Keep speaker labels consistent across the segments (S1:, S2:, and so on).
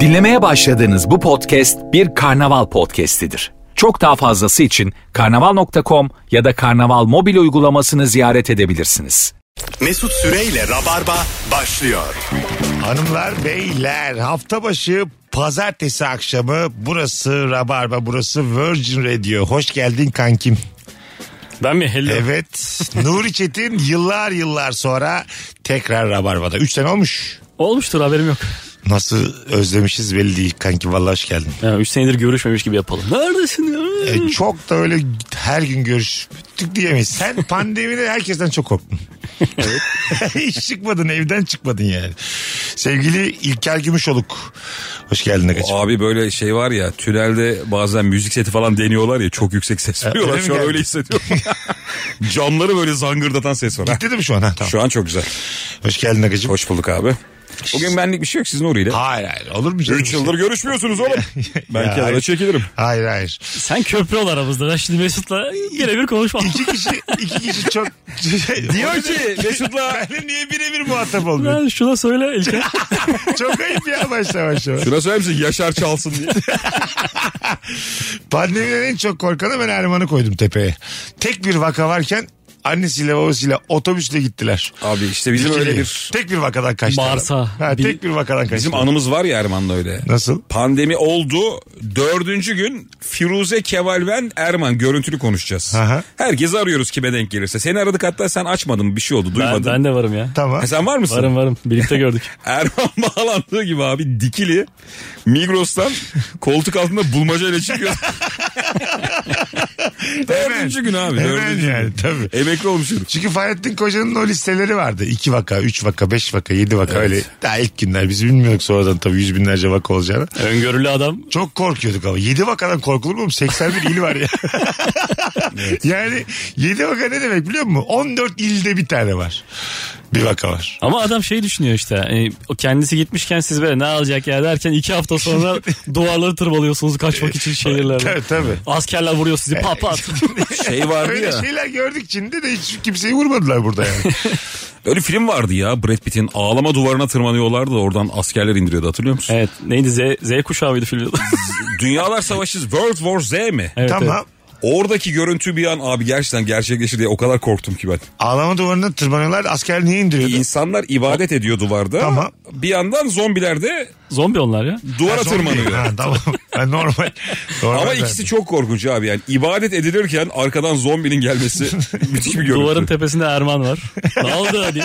S1: Dinlemeye başladığınız bu podcast bir karnaval podcastidir. Çok daha fazlası için karnaval.com ya da karnaval mobil uygulamasını ziyaret edebilirsiniz.
S2: Mesut Süreyle Rabarba başlıyor.
S3: Hanımlar beyler hafta başı pazartesi akşamı burası Rabarba burası Virgin Radio. Hoş geldin kankim.
S4: Ben mi? Hello.
S3: Evet Nuri Çetin yıllar yıllar sonra tekrar Rabarba'da. 3 sene olmuş.
S4: Olmuştur haberim yok.
S3: Nasıl özlemişiz belli değil kanki vallahi hoş geldin.
S4: Ya, üç senedir görüşmemiş gibi yapalım. Neredesin ya?
S3: E, çok da öyle her gün görüştük diyemeyiz. Sen pandemide herkesten çok korktun. Hiç çıkmadın evden çıkmadın yani. Sevgili İlker Gümüşoluk. Hoş geldin Agacığım.
S5: Abi böyle şey var ya tünelde bazen müzik seti falan deniyorlar ya çok yüksek ses veriyorlar.
S3: öyle mi
S5: Şu an
S3: geldi?
S5: öyle hissediyorum. Camları böyle zangırdatan ses var. ha.
S3: Gitti değil mi şu an? Ha, tamam.
S5: Şu an çok güzel.
S3: Hoş geldin Agacığım.
S5: Hoş bulduk abi. Bugün benlik bir şey yok sizin orayla.
S3: Hayır hayır olur mu? canım?
S5: 3 yıldır görüşmüyorsunuz oğlum.
S3: Ya,
S5: Ben kenara
S3: hayır.
S5: çekilirim.
S3: Hayır hayır.
S4: Sen köprü ol aramızda. Ben şimdi Mesut'la yine bir konuşma.
S3: İki kişi, iki kişi çok...
S5: Diyor ki Mesut'la
S3: Benle niye birebir muhatap olmuyor?
S4: Ben şuna söyle İlker.
S3: çok ayıp ya başla başla.
S5: şuna söyler misin Yaşar çalsın diye.
S3: Pandemiden en çok korkanı ben Erman'ı koydum tepeye. Tek bir vaka varken annesiyle babasıyla otobüsle gittiler.
S5: Abi işte bizim öyle
S3: İkili.
S5: bir
S3: Tek bir vakadan kaçtılar.
S4: Varsa.
S3: Ha, tek bir vakadan kaçtılar.
S5: bizim anımız var ya Erman'la öyle.
S3: Nasıl?
S5: Pandemi oldu. Dördüncü gün Firuze, Kemal, ben, Erman görüntülü konuşacağız.
S3: Aha.
S5: Herkesi arıyoruz kime denk gelirse. Seni aradık hatta sen açmadın bir şey oldu
S4: ben,
S5: duymadın.
S4: ben de varım ya.
S3: Tamam.
S5: Ha, sen var mısın?
S4: Varım varım. Birlikte gördük.
S5: Erman bağlandığı gibi abi dikili Migros'tan koltuk altında bulmacayla çıkıyor. dördüncü gün abi.
S3: Hemen
S5: dördüncü
S3: yani
S5: gün.
S3: tabii.
S5: Emekli olmuş herif.
S3: Çünkü Fahrettin Koca'nın o listeleri vardı. 2 vaka, 3 vaka, 5 vaka, 7 vaka öyle. Daha ilk günler biz bilmiyorduk sonradan tabii yüz binlerce vaka olacağını.
S4: Öngörülü adam.
S3: Çok korkuyorduk ama. 7 vakadan korkulur mu? 81 il var ya. Yani 7 vaka ne demek biliyor musun? 14 ilde bir tane var. Bir vaka var.
S4: Ama adam şey düşünüyor işte. e, o kendisi gitmişken siz böyle ne alacak ya derken iki hafta sonra duvarları tırmalıyorsunuz kaçmak için şehirlerde.
S3: Tabii tabii.
S4: Askerler vuruyor sizi pat pat.
S5: Şey vardı
S3: Öyle
S5: ya.
S3: şeyler gördük Çin'de de hiç kimseyi vurmadılar burada yani.
S5: Öyle film vardı ya. Brad Pitt'in ağlama duvarına tırmanıyorlardı da oradan askerler indiriyordu hatırlıyor musun?
S4: evet neydi Z, Z kuşağı mıydı filmin adı?
S5: Dünyalar Savaşı World War Z mi?
S4: Evet,
S3: tamam.
S4: evet.
S5: Oradaki görüntü bir an abi gerçekten gerçekleşir diye o kadar korktum ki ben.
S3: Ağlama duvarına tırmanıyorlar. Asker niye indiriyordu?
S5: İnsanlar ibadet ediyor duvarda.
S3: Tamam.
S5: Bir yandan zombiler de
S4: Zombi onlar ya.
S5: duvara
S3: Ha, zombi.
S5: tırmanıyor.
S3: Ha, tamam. Ha, normal. normal.
S5: Ama
S3: zaten.
S5: ikisi çok korkunç abi yani. ibadet edilirken arkadan zombinin gelmesi müthiş bir görüntü.
S4: Duvarın
S5: Duvarın,
S4: tepesinde Erman var. ne oldu diye.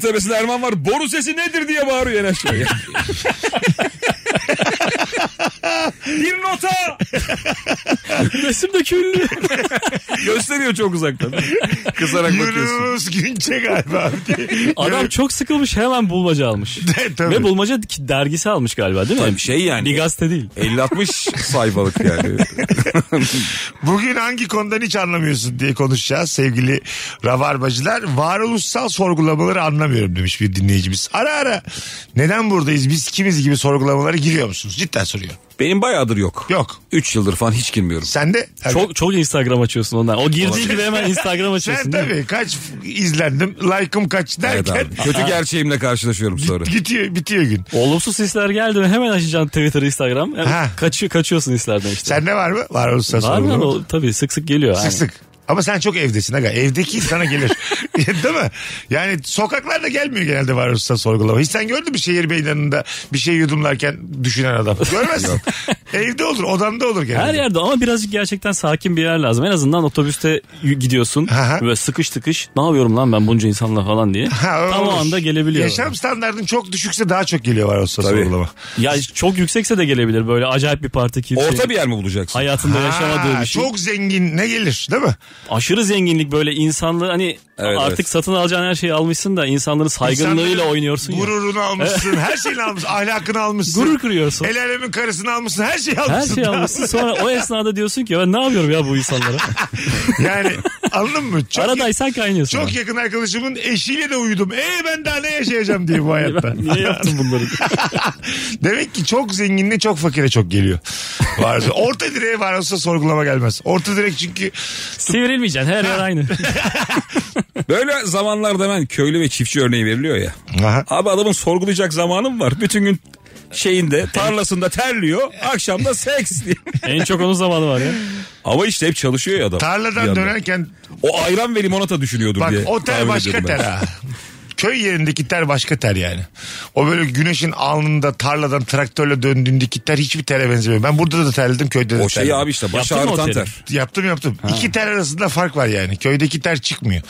S5: tepesinde Erman var. Boru sesi nedir diye bağırıyor en aşağıya. bir nota
S4: Resim de küllü.
S5: gösteriyor çok uzaktan. Kızarak bakıyorsun.
S3: Yunus Günçe galiba abi diye. E,
S4: Adam çok sıkılmış hemen bulmaca almış.
S3: Tabii.
S4: Ve bulmaca dergisi almış galiba değil mi?
S5: Tabii şey yani.
S4: Bir gazete değil.
S5: 50-60 sayfalık yani.
S3: Bugün hangi konudan hiç anlamıyorsun diye konuşacağız sevgili Rabarbacılar. Varoluşsal sorgulamaları anlamıyorum demiş bir dinleyicimiz. Ara ara neden buradayız biz kimiz gibi sorgulamalara giriyor musunuz? Cidden soruyor.
S5: Benim bayağıdır yok.
S3: Yok.
S5: 3 yıldır falan hiç girmiyorum.
S3: Sen de?
S4: Çok çok Instagram açıyorsun ondan. O girdiği gibi hemen Instagram
S3: Sen
S4: açıyorsun. değil mi?
S3: tabii kaç izlendim, like'ım kaç
S5: Evet
S3: derken
S5: abi. Kötü gerçeğimle karşılaşıyorum sonra.
S3: Gidiyor, bitiyor gün.
S4: Olumsuz sisler geldi mi hemen açacaksın Twitter, Instagram. Hemen
S3: Ha.
S4: kaçıyor, kaçıyorsun hislerden işte.
S3: Sende var mı? Var olursa
S4: Var mı?
S3: sorgulama.
S4: O, tabii sık sık geliyor.
S3: Sık sık. Ama sen çok evdesin aga. Evdeki sana gelir. Değil mi? Yani sokaklarda gelmiyor genelde varoluşsal sorgulama. Hiç sen gördün mü şehir meydanında bir şey yudumlarken düşünen adam? Görmezsin. Evde olur, odanda olur genelde.
S4: Her yerde ama birazcık gerçekten sakin bir yer lazım. En azından otobüste y- gidiyorsun
S3: Aha.
S4: böyle sıkış tıkış. Ne yapıyorum lan ben bunca insanla falan diye.
S3: Ha, öyle
S4: Tam o
S3: olur.
S4: anda gelebiliyor.
S3: Yaşam standartın çok düşükse daha çok geliyor varoluşsal sorgulama.
S4: Ya çok yüksekse de gelebilir böyle acayip bir parti kimse.
S5: Orta bir yer mi bulacaksın?
S4: hayatında yaşamadığı
S3: Ha,
S4: bir şey.
S3: Çok zengin ne gelir değil mi?
S4: Aşırı zenginlik böyle insanlığı hani
S5: Evet,
S4: artık
S5: evet.
S4: satın alacağın her şeyi almışsın da insanların saygınlığıyla
S3: İnsanların
S4: oynuyorsun ya.
S3: Gururunu almışsın, her şeyini almışsın, ahlakını almışsın.
S4: Gurur kırıyorsun.
S3: El alemin karısını almışsın, her şeyi almışsın.
S4: her şeyi almışsın sonra o esnada diyorsun ki ben ne yapıyorum ya bu insanlara.
S3: Yani anladın mı? Çok
S4: Aradaysan kaynıyorsun.
S3: Çok
S4: Yani.
S3: yakın arkadaşımın eşiyle de uyudum. E ben daha ne yaşayacağım diye bu hayatta.
S4: Ben niye yaptım bunları?
S3: Demek ki çok zenginle çok fakire çok geliyor. Varsa orta direğe var olsa sorgulama gelmez. Orta direk çünkü
S4: Sivrilmeyeceksin her yer aynı.
S5: Böyle zamanlarda ben köylü ve çiftçi örneği veriliyor ya.
S3: Aha.
S5: Abi adamın sorgulayacak zamanım var. Bütün gün şeyinde tarlasında terliyor. Akşam da seks diye.
S4: En çok onun zamanı var ya.
S5: Ama işte hep çalışıyor ya adam. Bir
S3: Tarladan
S5: yandan.
S3: dönerken
S5: O ayran ve limonata düşünüyordur
S3: bak
S5: diye.
S3: o ter
S5: tahmin
S3: başka
S5: ediyorum ben.
S3: ter ha. Köy yerindeki ter başka ter yani. O böyle güneşin alnında tarladan traktörle döndüğündeki ter hiçbir tere benzemiyor. Ben burada da terledim köyde de
S5: O şey
S3: terledim.
S5: abi işte baş
S4: Yaptın mı o
S5: ağrıtan
S4: teri?
S5: ter.
S3: Yaptım yaptım. İki ter arasında fark var yani. Köydeki ter çıkmıyor.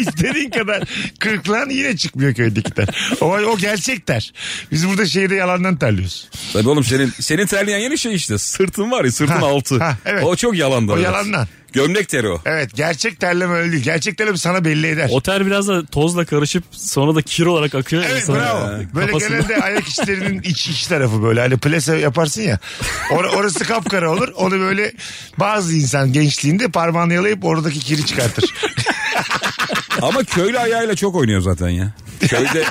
S3: İstediğin kadar kırklan yine çıkmıyor köydeki ter. O, o gerçek ter. Biz burada şehirde yalandan terliyoruz.
S5: Tabii oğlum senin senin terleyen yeni şey işte. Sırtın var ya sırtın
S3: Ha,
S5: altı.
S3: ha, evet.
S5: O çok yalandan.
S3: O
S5: evet.
S3: yalandan.
S5: Gömlek teri o.
S3: Evet gerçek terleme öyle değil. Gerçek terleme sana belli eder.
S4: O ter biraz da tozla karışıp sonra da kir olarak akıyor. ya
S3: Evet
S4: insanın Ee,
S3: bravo.
S4: kafasında.
S3: Böyle genelde ayak içlerinin iç iç tarafı böyle. Hani plese yaparsın ya. Or- orası kapkara olur. Onu böyle bazı insan gençliğinde parmağını yalayıp oradaki kiri çıkartır.
S5: Ama köylü ayağıyla çok oynuyor zaten ya. Köyde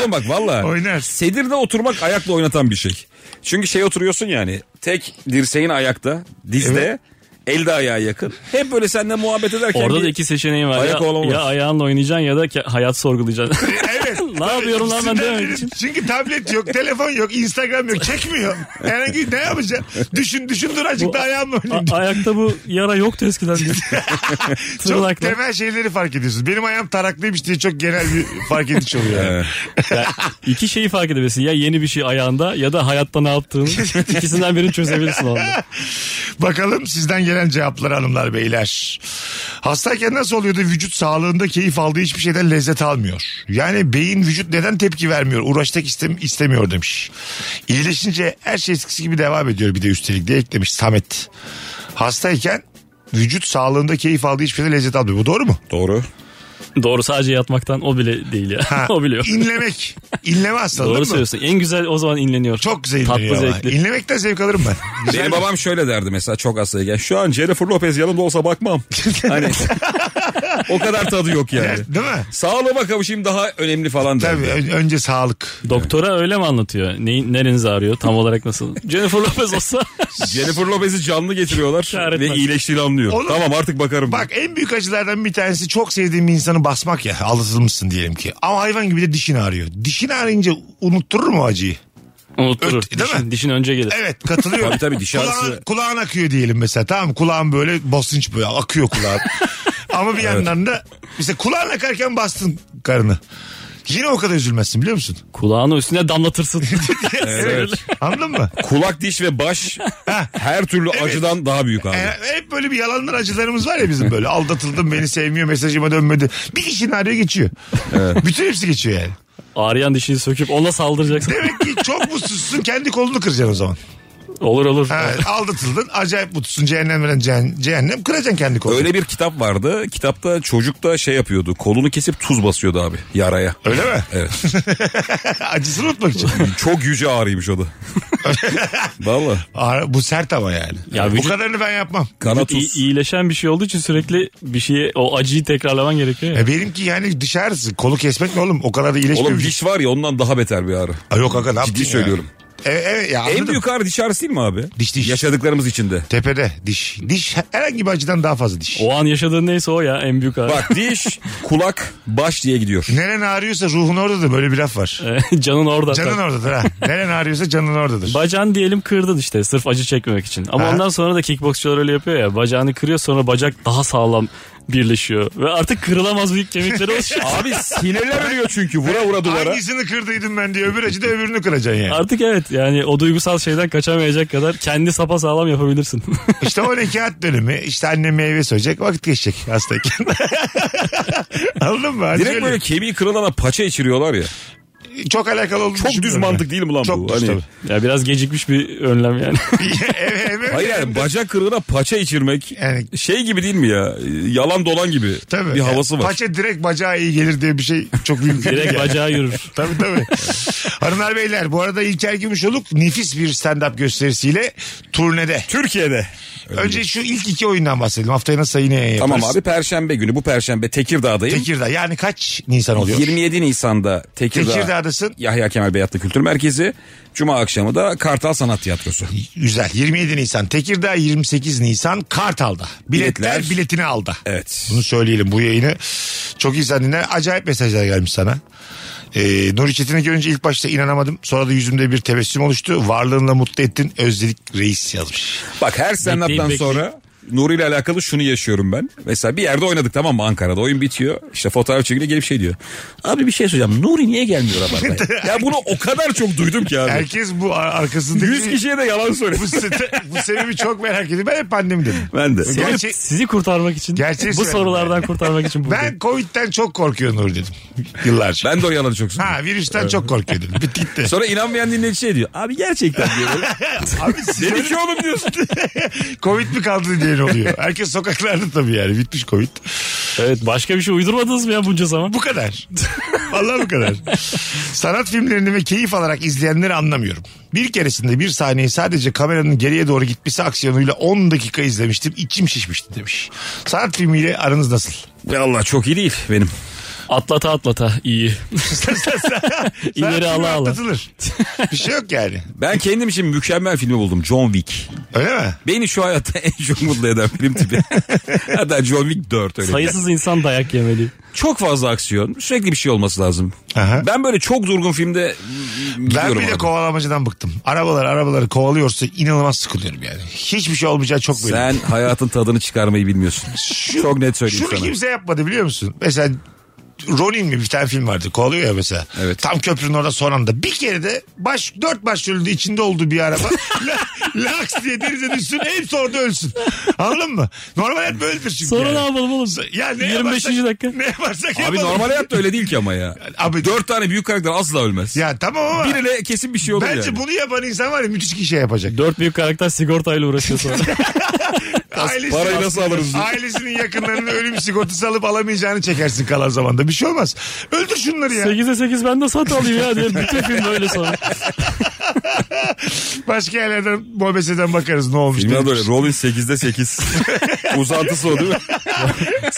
S5: oğlum bak valla.
S3: Oynar.
S5: Sedirde oturmak ayakla oynatan bir şey. Çünkü şey oturuyorsun yani. Tek dirseğin ayakta, dizde, el de ayağa yakın. Hep böyle seninle muhabbet ederken
S4: Orada
S5: bir-
S4: da iki seçeneğin var.
S5: Ayak
S4: ya,
S5: olamaz.
S4: ya ayağınla oynayacaksın ya da ke- hayat sorgulayacaksın.
S3: Evet.
S4: Ne yapıyorum lan ben
S3: İkisinden
S4: dememek
S3: biri-
S4: için.
S3: Çünkü tablet yok, telefon yok, Instagram yok, çekmiyor. Herhangi ne yapacaksın? Düşün, düşün dur azıcık da ayağımla oynayayım.
S4: A- ayakta bu yara yoktu eskiden. diye.
S3: Çok
S4: Tırnakla.
S3: temel şeyleri fark ediyorsun. Benim ayağım taraklıymış diye çok genel bir fark ediş oluyor. yani.
S5: Ee,
S4: İki şeyi fark edebilirsin. Ya yeni bir şey ayağında ya da hayatta ne yaptığını. İkisinden birini çözebilirsin o anda.
S3: Bakalım sizden gelen cevaplar hanımlar beyler. Hastayken nasıl oluyor da vücut sağlığında keyif aldığı hiçbir şeyden lezzet almıyor? Yani beyin vücut neden tepki vermiyor? Uğraşmak istem istemiyor demiş. İyileşince her şey eskisi gibi devam ediyor bir de üstelik diye eklemiş Samet. Hastayken vücut sağlığında keyif aldığı hiçbir şeyden lezzet almıyor. Bu doğru mu?
S5: doğru.
S4: Doğru sadece yatmaktan o bile değil ya. o bile yok.
S3: İnlemek. İnleme hastalığı
S4: Doğru
S3: değil mi?
S4: söylüyorsun. En güzel o zaman inleniyor.
S3: Çok güzel inleniyor
S4: Tatlı
S3: ama.
S4: zevkli.
S3: İnlemekten zevk alırım ben.
S5: Benim babam şöyle derdi mesela çok hastayken. Şu an Jennifer Lopez yanımda olsa bakmam. hani o kadar tadı yok yani.
S3: Değil mi?
S5: Sağlığıma kavuşayım daha önemli falan derdi.
S3: Tabii ön- önce sağlık.
S4: Doktora öyle mi anlatıyor? Neyin, nereniz ağrıyor? Tam olarak nasıl? Jennifer Lopez olsa
S5: Jennifer Lopez'i canlı getiriyorlar
S4: Kahretmez.
S5: ve iyileştiğini anlıyor.
S3: Oğlum-
S5: tamam artık bakarım.
S3: Bak en büyük acılardan bir tanesi çok sevdiğim bir insanı basmak ya. Aldatılmışsın diyelim ki. Ama hayvan gibi de dişin ağrıyor. Dişin ağrıyınca unutturur mu acıyı?
S4: unutturur.
S3: Öt- değil mi?
S4: dişin, dişin önce gelir.
S3: Evet katılıyorum.
S5: Tabii tabii, diş ağrısı-
S3: Kulağın, kulağın akıyor diyelim mesela tamam mı? Kulağın böyle basınç böyle akıyor kulağın. Ama bir yandan da mesela kulağın akarken bastın karını. Yine o kadar üzülmezsin biliyor musun?
S4: Kulağını üstüne damlatırsın.
S5: Evet.
S3: Anladın mı?
S5: Kulak, diş ve baş her türlü acıdan daha büyük abi.
S3: E, hep böyle bir yalanlar acılarımız var ya bizim böyle. Aldatıldım beni sevmiyor mesajıma dönmedi. Bir kişinin arıyor geçiyor. Bütün hepsi geçiyor yani.
S4: Ağrıyan dişini söküp ona saldıracaksın.
S3: Demek ki çok mutsuzsun kendi kolunu kıracaksın o zaman.
S4: Olur olur.
S3: Ha, aldatıldın acayip mutlusun cehennem veren cehen- cehennem kıracaksın kendi kolunu.
S5: Öyle bir kitap vardı. Kitapta çocuk da şey yapıyordu. Kolunu kesip tuz basıyordu abi yaraya.
S3: Öyle mi?
S5: Evet.
S3: Acısını unutmak için.
S5: Çok yüce ağrıymış o da. Valla.
S3: Ağrı- bu sert ama yani.
S4: Ya
S3: Bu
S4: vücut-
S3: kadarını ben yapmam.
S5: Kana
S4: İyi-
S5: tuz.
S4: iyileşen bir şey olduğu için sürekli bir şeye o acıyı tekrarlaman gerekiyor ya.
S3: E benimki yani dışarısı kolu kesmek ne oğlum o kadar da iyileşmiyor.
S5: Oğlum diş var ya ondan daha beter bir ağrı.
S3: Aa, yok aga ne yaptın
S5: Ciddi
S3: ya?
S5: söylüyorum.
S3: E, evet ya
S5: En
S3: anladım.
S5: büyük ağrı diş ağrısı değil mi abi?
S3: Diş, diş.
S5: Yaşadıklarımız içinde.
S3: Tepede diş. Diş herhangi bir acıdan daha fazla diş.
S4: O an yaşadığın neyse o ya en büyük ağrı.
S5: Bak diş, kulak, baş diye gidiyor.
S3: Neren ağrıyorsa ruhun oradadır böyle bir laf var.
S4: Canın orada.
S3: Canın oradadır ha. Neren ağrıyorsa canın oradadır.
S4: Bacağını diyelim kırdın işte sırf acı çekmemek için. Ama
S3: Ha.
S4: ondan sonra da kickboksçular öyle yapıyor ya. Bacağını kırıyor sonra bacak daha sağlam birleşiyor. Ve artık kırılamaz büyük kemikleri oluşuyor.
S5: Abi sinirler ölüyor çünkü vura vura duvara.
S3: Hangisini kırdıydım ben diye öbür acıda öbürünü kıracaksın yani.
S4: Artık evet yani o duygusal şeyden kaçamayacak kadar kendi sapa sağlam yapabilirsin.
S3: İşte o nekat dönemi. İşte anne meyve söyleyecek. Vakit geçecek hastayken. Anladın mı? Hani
S5: Direkt böyle kemiği kırılana paça içiriyorlar ya.
S3: çok alakalı olduğunu
S5: Çok düz
S3: düşünmüyorum ben.
S5: mantık değil mi lan
S3: Çok
S5: bu?
S3: düz
S5: Hani,
S3: tabii.
S4: ya biraz gecikmiş bir önlem yani.
S3: evet, evet.
S5: hayır yani bacak kırığına paça içirmek
S3: Yani-
S5: şey gibi değil mi ya? Yalan dolan gibi
S3: Tabii.
S5: bir havası
S3: Yani
S5: var.
S3: Paça direkt bacağa iyi gelir diye bir şey çok mümkün değil.
S4: Direkt
S3: yani.
S4: bacağa yürür.
S3: Tabii tabii. Hanımlar beyler bu arada İlker Gümüşoluk nefis bir stand-up gösterisiyle turnede.
S5: Türkiye'de
S3: Önce şu ilk iki oyundan bahsedelim. Haftaya nasıl yine yayın yaparız.
S5: Tamam abi perşembe günü bu perşembe Tekirdağ'dayım.
S3: Tekirdağ yani kaç Nisan oluyor?
S5: 27 Nisan'da Tekirdağ,
S3: Tekirdağ'dasın.
S5: Yahya Kemal Beyatlı Kültür Merkezi. Cuma akşamı da Kartal Sanat Tiyatrosu.
S3: Güzel. 27 Nisan Tekirdağ, 28 Nisan Kartal'da. Biletler,
S5: Biletler.
S3: biletini aldı.
S5: Evet.
S3: Bunu söyleyelim bu yayını. Çok insan dinler. Acayip mesajlar gelmiş sana. Ee, Nuri Çetin'i görünce ilk başta inanamadım. Sonra da yüzümde bir tebessüm oluştu. Varlığınla mutlu ettin. Özledik reis yazmış.
S5: Bak her stand-up'tan
S4: Bekleyin, bekleyin.
S5: sonra Nuri ile alakalı şunu yaşıyorum ben. Mesela bir yerde oynadık tamam mı Ankara'da oyun bitiyor. İşte fotoğraf çekiliyor gelip şey diyor. Abi bir şey söyleyeceğim Nuri niye gelmiyor Rabarba'ya? ya bunu o kadar çok duydum ki abi.
S3: Herkes bu ar-
S5: 100
S3: arkasındaki...
S5: kişiye de yalan söylüyor.
S3: bu, se- bu sebebi çok merak ediyorum. Ben hep annem dedim.
S5: Ben de.
S3: Gerçi-
S4: Sizi- sizi kurtarmak için
S3: Gerçeği
S4: bu
S3: söyledim.
S4: sorulardan kurtarmak için buradayım.
S3: Ben Covid'den çok korkuyor Nuri dedim. Yıllarca.
S5: Ben de o yalanı çok söylüyorum.
S3: Ha virüsten çok korkuyor dedim. Bitti gitti.
S5: Sonra inanmayan dinleyici şey diyor. Abi gerçekten diyor.
S3: Abi siz
S5: Dedi ki oğlum diyorsun.
S3: Covid mi kaldı diye oluyor. Herkes sokaklarda tabii yani. Bitmiş Covid.
S4: Evet başka bir şey uydurmadınız mı ya bunca zaman?
S3: Bu kadar. Vallahi bu kadar. Sanat filmlerini ve keyif alarak izleyenleri anlamıyorum. Bir keresinde bir sahneyi sadece kameranın geriye doğru gitmesi aksiyonuyla 10 dakika izlemiştim. İçim şişmişti demiş. Sanat filmiyle aranız nasıl?
S5: Valla çok iyi değil benim.
S4: Atlata atlata iyi.
S3: Sanat
S4: İleri
S3: filmi
S4: ala ala.
S3: atlatılır. Bir şey yok yani.
S5: Ben kendim için mükemmel filmi buldum. John Wick.
S3: Öyle mi?
S5: Beni şu hayatta en çok mutlu eden film tipi. Hatta John Wick 4 öyle.
S4: Sayısız insan dayak yemeli.
S5: Çok fazla aksiyon. Sürekli bir şey olması lazım.
S3: Aha.
S5: Ben böyle çok durgun filmde gidiyorum.
S3: Ben bir de
S5: abi.
S3: kovalamacıdan bıktım. Arabalar arabaları kovalıyorsa inanılmaz sıkılıyorum yani. Hiçbir şey olmayacağı çok belli.
S5: Sen hayatın tadını çıkarmayı bilmiyorsun. çok net söyleyeyim
S3: Şunu
S5: sana.
S3: kimse yapmadı biliyor musun? Mesela Ronin mi bir tane film vardı kovalıyor ya mesela.
S5: Evet.
S3: Tam köprünün orada son anda. Bir kere de baş, dört başrolünde içinde olduğu bir araba. la, laks diye denize düşsün hepsi orada ölsün. Anladın mı? Normal hep böyledir çünkü.
S4: Sonra
S3: yani.
S4: ne yapalım oğlum?
S3: Ya ne
S4: 25.
S3: yaparsak-
S4: dakika.
S3: Ne yaparsak
S5: Abi
S3: yapalım.
S5: normal hayatta öyle değil ki ama ya.
S3: Abi-
S5: Abi, Dört tane büyük karakter asla ölmez.
S3: Ya tamam ama.
S5: Birine kesin bir şey olur
S3: Bence
S5: yani.
S3: bunu yapan insan var ya müthiş bir şey yapacak.
S4: Dört büyük karakter sigortayla uğraşıyor sonra.
S3: Ailesi,
S5: parayı nasıl alırız diye.
S3: Ailesinin yakınlarının ölüm sigortası alıp alamayacağını çekersin kalan zamanda. Bir şey olmaz. Öldür şunları ya.
S4: 8'e 8 ben de sat alayım ya diye. Bütün film böyle sonra.
S3: Başka yerlerden muhabbeseden bakarız ne olmuş.
S5: Filmin adı
S3: diye.
S5: öyle. Rolling 8'de 8. Uzantısı o değil mi?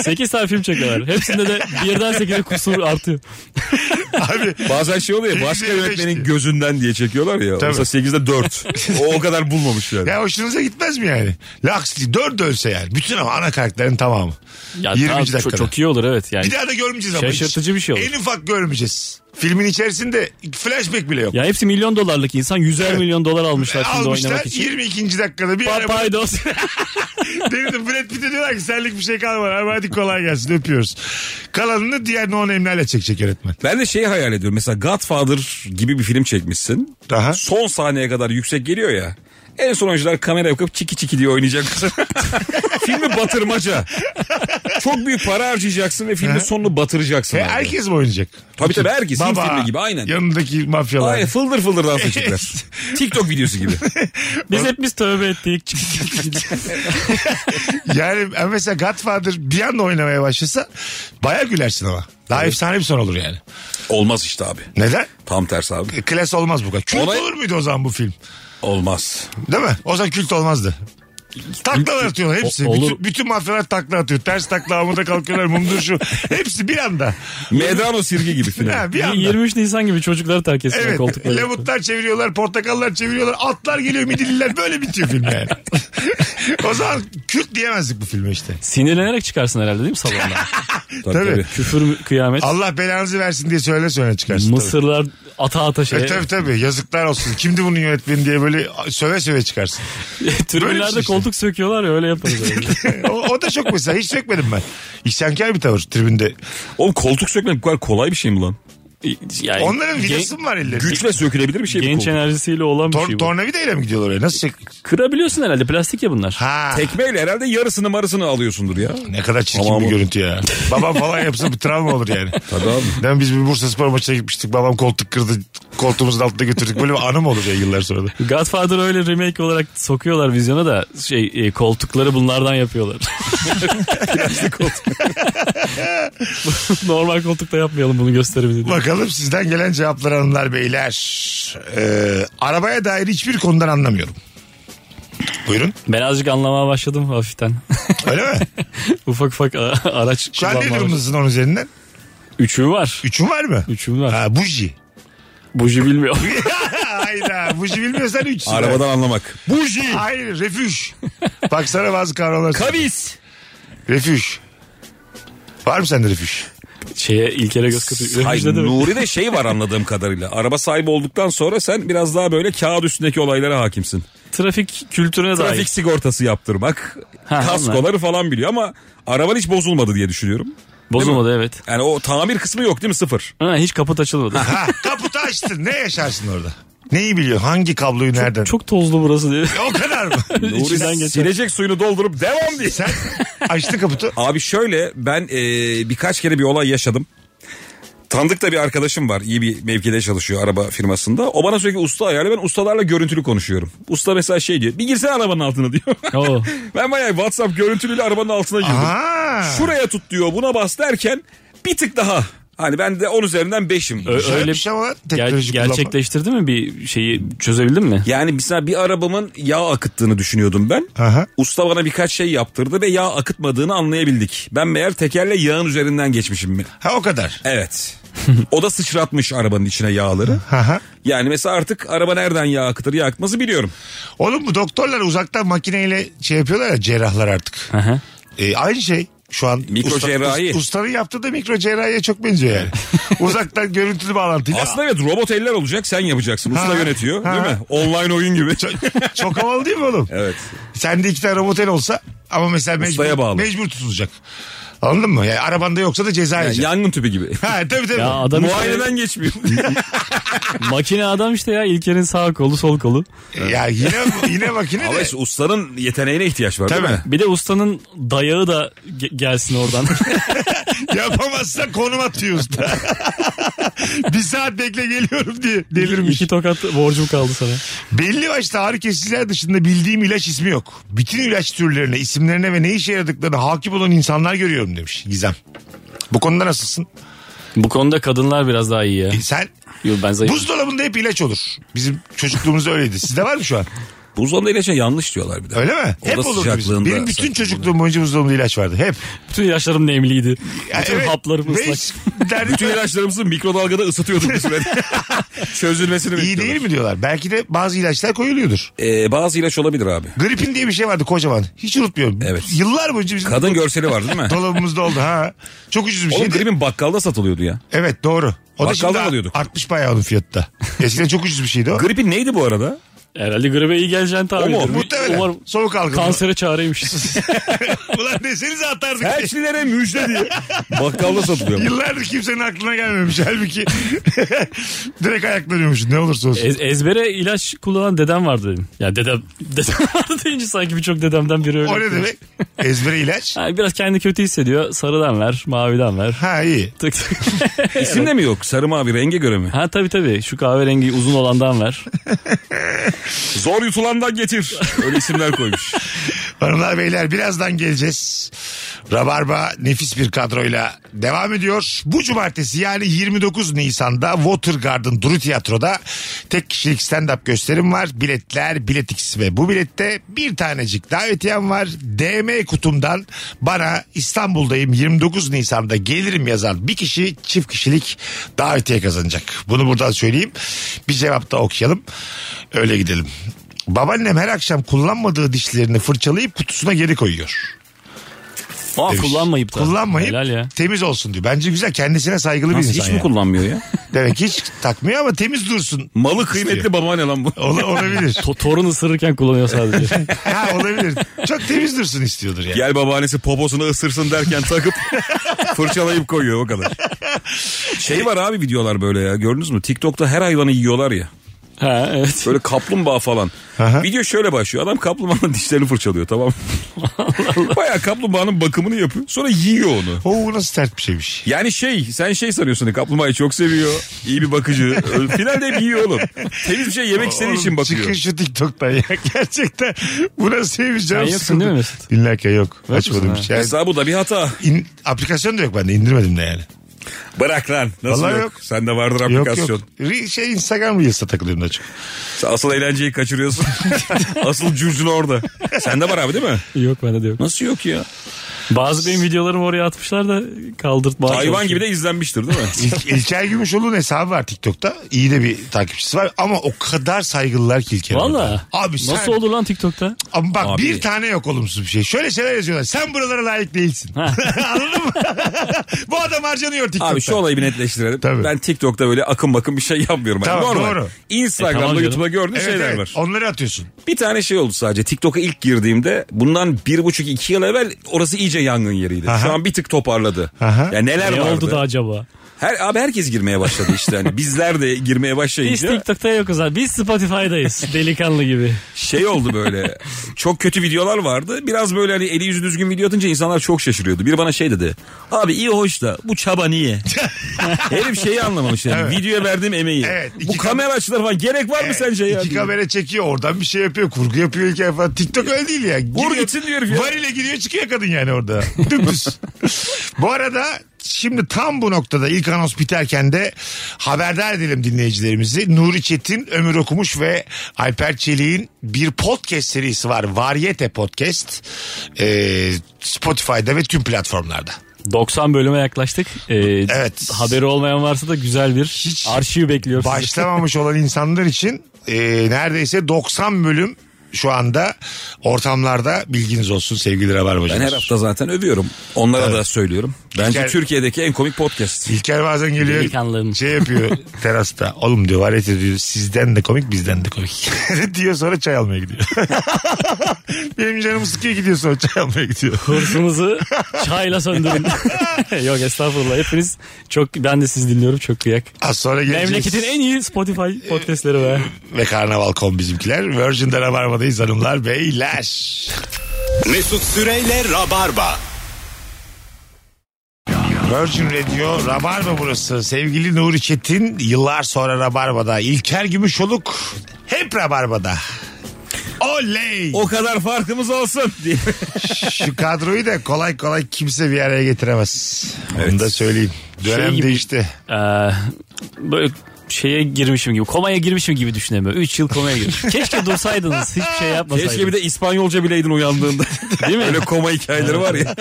S4: 8 tane film çekiyorlar. Hepsinde de birden 8'e kusur artıyor.
S3: Abi
S5: Bazen şey oluyor ya başka
S3: Sekizde beş diye.
S5: yönetmenin gözünden diye çekiyorlar ya.
S3: Tabii.
S5: Mesela 8'de 4. o o kadar bulmamış yani.
S3: ya hoşunuza gitmez mi yani? Laks diye dört de ölse yani. Bütün ama ana karakterin tamamı.
S4: Ya
S3: 20.
S4: tamam, çok,
S3: dakikada.
S4: çok iyi olur evet. Yani.
S3: Bir daha da görmeyeceğiz ama. hiç.
S4: Şaşırtıcı bir şey olur.
S3: En ufak görmeyeceğiz. Filmin içerisinde flashback bile yok.
S4: Ya hepsi milyon dolarlık insan. Yüzer milyon dolar almışlar şimdi
S3: E, Almışlar
S4: oynamak için.
S3: 22. dakikada bir araba
S4: Papaydos.
S3: Deniz'de Brad Pitt'e diyorlar ki senlik bir şey kalmadı. Ama hadi kolay gelsin öpüyoruz. Kalanını diğer non emlerle çekecek yönetmen.
S5: Ben de şeyi hayal ediyorum. Mesela Godfather gibi bir film çekmişsin.
S3: Aha.
S5: Son sahneye kadar yüksek geliyor ya. En son oyuncular kamera yapıp çiki çiki diye oynayacak. filmi batırmaca. Çok büyük para harcayacaksın ve filmin sonunu batıracaksın.
S3: Ve
S5: abi.
S3: herkes mi oynayacak?
S5: Tabii tabii herkes. Hint
S3: Baba,
S5: filmi gibi aynen.
S3: Yanındaki mafyalar.
S5: Aynen fıldır fıldır dans edecekler. TikTok videosu gibi.
S4: Biz hepimiz tövbe ettik.
S3: Yani ben mesela Godfather bir anda oynamaya başlasa baya gülersin ama. Daha efsane bir son olur yani.
S5: Olmaz işte abi.
S3: Neden?
S5: Tam tersi abi.
S3: E, Klas olmaz bu kadar. Kült
S5: Olay-
S3: olur muydu o zaman bu film?
S5: Olmaz.
S3: Değil mi? O zaman kült olmazdı. Taklalar atıyorlar hepsi.
S4: O- olur.
S3: Bütün, bütün mafyalar takla atıyor. Ters takla amuda kalkıyorlar mumdur şu. Hepsi bir anda.
S5: Medrano sirgi gibi final.
S3: Ha, bir anda.
S4: 23 Nisan gibi çocukları terk etsinler
S3: Evet.
S4: koltukları.
S3: Levutlar çeviriyorlar, portakallar çeviriyorlar, atlar geliyor, midilliler böyle bitiyor film yani. o zaman kült diyemezdik bu filme işte.
S4: Sinirlenerek çıkarsın herhalde değil mi salondan?
S5: Tabii,
S3: Tabii.
S5: tabii.
S4: Küfür mü- kıyamet.
S3: Allah belanızı versin diye söyle söyle çıkarsın. tabii.
S4: Mısırlar ata ata şey.
S3: E, tabii tabii yazıklar olsun. Kimdi bunun yönetmeni diye böyle söve söve çıkarsın. Böyle bir şey
S4: Tribünlerde
S3: işte.
S4: koltuk söküyorlar ya öyle yaparız. herhalde.
S3: o, o da çok mesela hiç sökmedim ben. İhsankar bir tavır tribünde.
S5: Oğlum koltuk sökmek bu kadar kolay bir şey mi lan?
S4: yani,
S3: Onların
S4: gen-
S3: vidası mı var ellerinde?
S5: Güçle sökülebilir bir şey mi
S4: genç
S5: koltuk?
S4: enerjisiyle olan bir
S3: Tor,
S4: şey bu.
S3: tornavidayla mı gidiyorlar oraya? Nasıl çek?
S4: Kırabiliyorsun herhalde plastik ya bunlar.
S3: Ha.
S5: Tekmeyle herhalde yarısını marısını alıyorsundur ya.
S3: Ne kadar çirkin
S5: Tamam.
S3: bir görüntü ya. Babam falan yapsa bir travma olur yani.
S5: Tabii abi.
S3: Ben biz bir Bursa Spor maçına gitmiştik. Babam koltuk kırdı. Koltuğumuzun altında götürdük. Böyle bir anım olur ya yıllar sonra da.
S4: Godfather öyle remake olarak sokuyorlar vizyona da şey e, koltukları bunlardan yapıyorlar. Plastik koltuk. Normal koltukta yapmayalım bunu gösterimini. diye.
S3: Bakalım sizden gelen cevaplar hanımlar beyler. Ee, arabaya dair hiçbir konudan anlamıyorum. Buyurun.
S4: Ben azıcık anlamaya başladım hafiften.
S3: Öyle mi?
S4: ufak ufak a- araç
S3: Şu an ne
S4: kullanmam.
S3: durumdasın onun üzerinden?
S4: Üçüm var.
S3: Üçün var mı?
S4: Üçüm var.
S3: Ha, buji.
S4: Buji bilmiyor.
S3: Hayda. Buji bilmiyorsan üçsün.
S5: Arabadan anlamak.
S3: Buji. Hayır refüj. Baksana bazı kavramlar.
S5: Kavis.
S3: refüj. Var mı sende refüj?
S4: Şeye İlker'e göz kırpıyor.
S5: Hayır,
S4: Refüjde de-
S5: Nuri de şey var anladığım kadarıyla. Araba sahibi olduktan sonra sen biraz daha böyle kağıt üstündeki olaylara hakimsin.
S4: Trafik kültürüne dair.
S5: Trafik sigortası yaptırmak,
S4: Ha,
S5: kaskoları falan biliyor ama araban hiç bozulmadı diye düşünüyorum.
S4: Bozulmadı evet.
S5: Yani o tamir kısmı yok değil mi? Sıfır.
S4: Ha, hiç kaput açılmadı.
S3: Ha, kaputu açtın. Ne yaşarsın orada? Neyi biliyorsun? Hangi kabloyu nereden?
S4: Çok tozlu burası diye.
S3: O kadar mı?
S4: İçinden
S5: Nuri
S4: geçer.
S5: silecek suyunu doldurup devam diye.
S3: Sen açtın kaputu.
S5: Abi şöyle ben e, birkaç kere bir olay yaşadım. Tanıdıkta bir arkadaşım var iyi bir mevkide çalışıyor araba firmasında. O bana sürekli usta ayarlı ben ustalarla görüntülü konuşuyorum. Usta mesela şey diyor bir girsene arabanın altına diyor.
S4: Oo.
S5: ben bayağı WhatsApp görüntülüyle arabanın altına girdim.
S3: Aha.
S5: Şuraya tut diyor buna bas derken bir tık daha. Hani ben de 10 üzerinden 5'im.
S4: Ö-
S3: Öyle
S4: öyle
S3: bir şey ama
S4: Ger-
S3: teknoloji kullanma.
S4: gerçekleştirdi mi bir şeyi çözebildin mi?
S5: Yani mesela bir arabamın yağ akıttığını düşünüyordum ben.
S3: Aha.
S5: Usta bana birkaç şey yaptırdı ve yağ akıtmadığını anlayabildik. Ben meğer tekerle yağın üzerinden geçmişim mi?
S3: Ha o kadar.
S5: Evet. o da sıçratmış arabanın içine yağları.
S3: Aha.
S5: Yani mesela artık araba nereden yağ akıtır yağ akıtması biliyorum.
S3: Oğlum bu doktorlar uzaktan makineyle şey yapıyorlar ya cerrahlar artık.
S4: hı.
S3: E, aynı şey. Şu an
S5: Mikro cerrahi.
S3: us- ustanın yaptığı da mikro cerrahiye çok benziyor yani. uzaktan görüntülü bağlantıyla.
S5: Aslında evet robot eller olacak sen yapacaksın. Usta
S3: Ha.
S5: yönetiyor
S3: Ha.
S5: değil mi? Online oyun gibi.
S3: Çok havalı değil mi oğlum?
S5: evet.
S3: Sende iki tane robot el olsa ama mesela
S5: Ustaya
S3: mecbur,
S5: bağlı.
S3: mecbur tutulacak. Anladın mı? Yani arabanda yoksa da ceza
S5: Yani
S3: yiyeceksin.
S5: yangın tüpü gibi.
S3: Ha tabii tabii.
S4: Ya adam
S5: Muayeneden geçmiyor.
S4: Makine adam işte ya İlker'in sağ kolu sol kolu.
S3: Ya yine yine makine
S5: Ama
S3: de.
S5: işte ustanın yeteneğine ihtiyaç var
S3: Tabii.
S5: değil mi?
S4: Bir de ustanın dayağı da ge- gelsin oradan.
S3: Yapamazsa konum atıyor usta. bir saat bekle geliyorum diye delirmiş.
S4: İki tokat borcum kaldı sana.
S3: Belli başlı ağrı kesiciler dışında bildiğim ilaç ismi yok. Bütün ilaç türlerine, isimlerine ve ne işe yaradıklarına hakim olan insanlar görüyorum demiş Gizem. Bu konuda nasılsın?
S4: Bu konuda kadınlar biraz daha iyi ya.
S3: E, Sen
S4: Yo, ben zayıf.
S3: buzdolabında hep ilaç olur. Bizim çocukluğumuzda öyleydi. Sizde var mı şu an?
S5: Buzdolabında ilaçla yanlış diyorlar bir de.
S3: Öyle mi?
S5: O da
S3: hep olurdu bizim.
S5: sıcaklığında,
S3: Benim bütün
S5: sıcaklığında.
S3: çocukluğum boyunca buzdolabında ilaç vardı. Hep.
S4: Bütün yaşlarım nemliydi.
S3: Ya
S4: Bütün
S3: evet,
S4: haplarım
S3: ve
S4: ıslak.
S3: hiç derdim-
S5: Bütün ilaçlarımızı mikrodalgada ısıtıyorduk bir sürede. Çözülmesini
S3: İyi
S5: bekliyorlar.
S3: değil mi diyorlar. Belki de bazı ilaçlar koyuluyordur.
S5: Ee, bazı ilaç olabilir abi.
S3: Gripin diye bir şey vardı kocaman. Hiç unutmuyorum.
S5: Evet.
S3: Yıllar boyunca bizim
S5: Kadın görseli var değil mi?
S3: dolabımızda oldu. Ha. Çok ucuz bir şey
S5: Oğlum
S3: şeydi.
S5: gripin bakkalda satılıyordu ya.
S3: Evet doğru. O da
S5: Bakkalda
S3: şimdi
S5: mı alıyorduk?
S3: artmış bayağı onun fiyatı da. Eskiden çok ucuz bir şeydi o.
S5: Gripin neydi bu arada?
S4: Herhalde gribe iyi geleceğini tahmin
S5: Ama
S4: ediyorum.
S3: Muhtemelen.
S4: Umarım
S3: Soğuk algınlığı.
S4: kansere çareymiş.
S3: Ulan desenize atardık.
S5: Elçilere müjde diye. Bakkalda satılıyor.
S3: Yıllardır kimsenin aklına gelmemiş. Halbuki direkt ayaklanıyormuş ne olursa olsun.
S4: Ez- ezbere ilaç kullanan dedem vardı dedim. Ya dedem, dedem vardı deyince sanki birçok dedemden biri öyle.
S3: o ne demek? Ezbere ilaç.
S4: Ha, biraz kendi kötü hissediyor. Sarıdan ver, maviden ver.
S3: Ha iyi.
S4: Tık tık.
S5: İsim de mi yok? Sarı mavi renge göre mi?
S4: ha tabii tabii. Şu kahverengi uzun olandan ver.
S5: Zor yutulandan getir. Öyle isimler koymuş.
S3: Hanımlar beyler birazdan geleceğiz. Rabarba nefis bir kadroyla devam ediyor. Bu cumartesi yani 29 Nisan'da Watergarden Duru Tiyatro'da tek kişilik stand-up gösterim var. Biletler biletix ve bu bilette bir tanecik davetiyem var. DM kutumdan bana İstanbul'dayım 29 Nisan'da gelirim yazan bir kişi çift kişilik davetiye kazanacak. Bunu buradan söyleyeyim. Bir cevap da okuyalım. Öyle gidelim. Babaannem her akşam kullanmadığı dişlerini fırçalayıp kutusuna geri koyuyor.
S4: Aa,
S3: Demiş.
S4: kullanmayıp da.
S3: Kullanmayıp
S4: Helal ya.
S3: temiz olsun diyor. Bence güzel kendisine saygılı bir
S5: Nasıl
S3: insan.
S5: hiç mi
S3: yani.
S5: kullanmıyor ya?
S3: Demek ki hiç takmıyor ama temiz dursun.
S5: Malı kıymetli babaanne lan bu.
S3: Ola- olabilir.
S4: To- torun ısırırken kullanıyor sadece.
S3: ha, olabilir. Çok temiz dursun istiyordur yani.
S5: Gel babaannesi poposunu ısırsın derken takıp fırçalayıp koyuyor o kadar. Şey var abi videolar böyle ya gördünüz mü? TikTok'ta her hayvanı yiyorlar ya.
S4: ha evet.
S5: Böyle kaplumbağa falan.
S3: Aha.
S5: Video şöyle başlıyor. Adam kaplumbağanın dişlerini fırçalıyor tamam mı? Bayağı kaplumbağanın bakımını yapıyor. Sonra yiyor onu.
S3: Oo nasıl sert bir şeymiş.
S5: Yani şey sen şey sanıyorsun kaplumbağayı çok seviyor. iyi bir bakıcı. Öyle- Finalde hep yiyor oğlum. Temiz bir şey yemek istediği
S3: Oğlum,
S5: için bakıyor.
S3: Çıkın şu TikTok'tan ya. Gerçekten bu nasıl bir
S4: Sen
S3: canım
S4: yoksun
S3: sıkıldı.
S4: değil mi Mesut?
S3: Dinlerken yok.
S4: musun?
S3: Açmadım bir şey. Yani
S5: Mesela bu da bir hata.
S3: in- aplikasyon da yok bende. indirmedim de yani.
S5: Bırak lan. Nasıl
S3: Vallahi
S5: yok?
S3: yok.
S5: Sende vardır
S3: Yok yok.
S5: aplikasyon.
S3: Re- Şey Instagram Reels'ta takılıyorum da çok.
S5: Sen asıl eğlenceyi kaçırıyorsun. asıl cürzün orada. Sende var abi değil mi?
S4: Yok bende de yok.
S5: Nasıl yok ya?
S4: Bazı benim videolarımı oraya atmışlar da kaldırtma.
S5: Hayvan gibi de izlenmiştir değil mi?
S3: İlk, İlker Gümüşoğlu'nun hesabı var TikTok'ta. İyi de bir takipçisi var ama o kadar saygılılar ki İlker'e.
S4: Valla.
S3: Abi sen,
S4: Nasıl olur lan TikTok'ta?
S3: Ama bak
S5: Abi.
S3: bir tane yok olumsuz bir şey. Şöyle şeyler yazıyorlar. Sen buralara layık değilsin.
S4: Ha.
S3: Anladın mı? Bu adam harcanıyor TikTok'ta.
S5: Abi şu olayı bir netleştirelim.
S3: Tabii.
S5: Ben TikTok'ta böyle akın bakın bir şey yapmıyorum.
S3: Tamam,
S5: yani. Normal.
S3: doğru.
S5: Instagram'da
S4: E, tamam
S5: YouTube'da gördüğün
S3: Evet,
S5: şeyler
S3: evet.
S5: var.
S3: Onları atıyorsun.
S5: Bir tane şey oldu sadece. TikTok'a ilk girdiğimde bundan bir buçuk iki yıl evvel orası iyice yangın yeriydi.
S3: Aha.
S5: Şu an bir tık toparladı.
S3: Aha.
S5: Ya neler
S4: Ne
S5: vardı?
S4: oldu da acaba?
S5: Her, abi herkes girmeye başladı işte. Hani bizler de girmeye
S4: Biz
S5: başlayınca
S4: TikTok'ta yokuz abi. Biz Spotify'dayız. Delikanlı gibi.
S5: şey oldu böyle. çok kötü videolar vardı. Biraz böyle hani eli yüzü düzgün video atınca insanlar çok şaşırıyordu. Biri bana şey dedi. Abi iyi hoş da bu çaba niye? Herif şeyi anlamamış yani. Videoya verdiğim emeği.
S3: Evet, iki
S5: bu
S3: kam-
S5: kamera açıları falan gerek var mı şey sence ya?
S3: İki
S5: diyor.
S3: kamera çekiyor oradan bir şey yapıyor. Kurgu yapıyor İlker falan. TikTok öyle değil ya. Giriyor,
S5: gitsin diyor herif ya.
S3: Varile giriyor çıkıyor kadın yani orada. Dümdüz. bu arada şimdi tam bu noktada ilk anons biterken de haberdar edelim dinleyicilerimizi. Nuri Çetin, Ömür Okumuş ve Alper Çelik'in bir podcast serisi var. Varyete Podcast. Ee, Spotify'da ve tüm platformlarda.
S4: 90 bölüme yaklaştık. Ee,
S3: Evet.
S4: Haberi olmayan varsa da güzel bir
S3: Hiç
S4: arşiv bekliyor. sizi.
S3: başlamamış olan insanlar için e, neredeyse 90 bölüm şu anda ortamlarda bilginiz olsun sevgili Rabarbacılar.
S5: Ben her hafta zaten övüyorum. Onlara
S3: Evet.
S5: da söylüyorum. Bence
S3: İlker-
S5: Türkiye'deki en komik podcast.
S3: İlker bazen
S4: Delikanlığım.
S3: geliyor şey yapıyor terasta. Oğlum diyor var ya diyor sizden de komik bizden de komik. diyor sonra çay almaya gidiyor. Benim canım sıkıyor gidiyor sonra çay almaya gidiyor.
S4: Hırsınızı çayla söndürün. Yok estağfurullah hepiniz çok ben de siz dinliyorum çok kıyak.
S3: Az sonra geleceğiz.
S4: Memleketin en iyi Spotify podcastleri be.
S3: Ve Karnaval.com bizimkiler. Virgin'de Rabarba'dayız hanımlar beyler.
S2: Mesut Süreyle Rabarba.
S3: Virgin Radio Rabarba burası. Sevgili Nuri Çetin yıllar sonra Rabarba'da. İlker Gümüşoluk hep Rabarba'da. Oley!
S5: O kadar farkımız olsun diye.
S3: Şu kadroyu da kolay kolay kimse bir araya getiremez. Onu da söyleyeyim. Dönem
S4: Şey gibi-
S3: değişti.
S4: Ee, böyle şeye girmişim gibi komaya girmişim gibi düşünemiyorum. 3 yıl komaya girmişim. Keşke dursaydınız hiçbir şey yapmasaydınız.
S5: Keşke bir de İspanyolca bileydin uyandığında. Değil mi? Öyle koma hikayeleri var ya.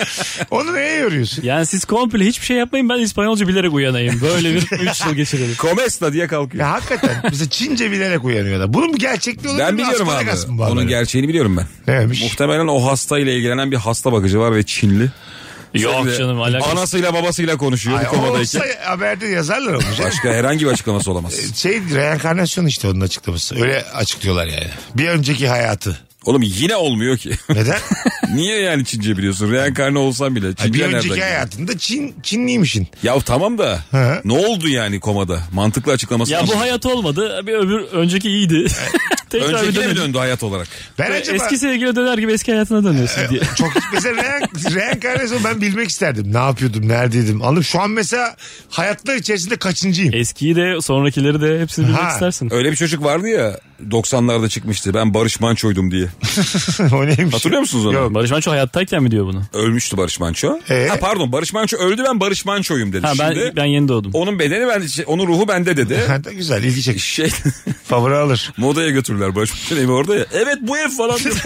S3: Onu neye yoruyorsun?
S4: Yani siz komple hiçbir şey yapmayın ben İspanyolca bilerek uyanayım. Böyle bir 3 yıl geçirelim.
S5: Comesta diye kalkıyor.
S3: Ya hakikaten mesela Çince bilerek uyanıyor da. Bunun bir gerçekliği olabilir
S5: Ben
S3: mi?
S5: biliyorum abi.
S3: Asparagas mı bu
S5: Onun
S3: haberi?
S5: gerçeğini biliyorum ben.
S3: Neymiş?
S5: Muhtemelen o hastayla ilgilenen bir hasta bakıcı var ve Çinli.
S4: Yok
S5: Sürekli
S4: canım alakası.
S5: Anasıyla babasıyla konuşuyor
S3: Ay,
S5: bu
S3: olsa
S5: komadayken.
S3: haberde yazarlar onu. canım.
S5: Başka herhangi bir açıklaması olamaz.
S3: Şey reenkarnasyon işte onun açıklaması. Öyle açıklıyorlar yani. Bir önceki hayatı.
S5: Oğlum yine olmuyor ki.
S3: Neden?
S5: Niye yani Çince biliyorsun? Reenkarne olsan bile.
S3: Ay,
S5: Çince
S3: bir
S5: nereden
S3: önceki
S5: biliyorsun?
S3: hayatında Çin Çinliymişin.
S5: Ya tamam da
S3: He.
S5: ne oldu yani komada? Mantıklı açıklaması
S4: Ya
S5: lazım.
S4: bu hayat olmadı. Bir öbür önceki iyiydi. Tekrar bir
S5: Öncekine mi
S4: dönelim.
S5: döndü hayat olarak?
S3: Ben acaba
S4: Eski sevgili döner gibi eski hayatına dönüyorsun diye.
S3: çok mesela reen- reenkarnasyon ben bilmek isterdim. Ne yapıyordum, neredeydim. Anladım. Şu an mesela hayatlar içerisinde kaçıncıyım?
S4: Eskiyi de sonrakileri de hepsini bilmek
S3: Ha.
S4: istersin.
S5: Öyle bir çocuk vardı ya 90'larda çıkmıştı ben Barış Manço'ydum diye.
S3: o neymiş?
S5: Hatırlıyor musunuz onu?
S3: Yok.
S4: Barış Manço hayattayken mi diyor bunu?
S5: Ölmüştü Barış Manço.
S3: Ee?
S5: Ha pardon Barış Manço öldü ben Barış Manço'yum dedi.
S4: Ha, ben,
S5: Şimdi
S4: ben yeni doğdum.
S5: onun bedeni ben şey, onun ruhu bende dedi.
S3: Ha, da güzel ilgi çekici.
S5: şey
S3: Favori alır.
S5: modaya götürürler Barış Manço'nun evi orada ya. Evet bu ev falan. dedi.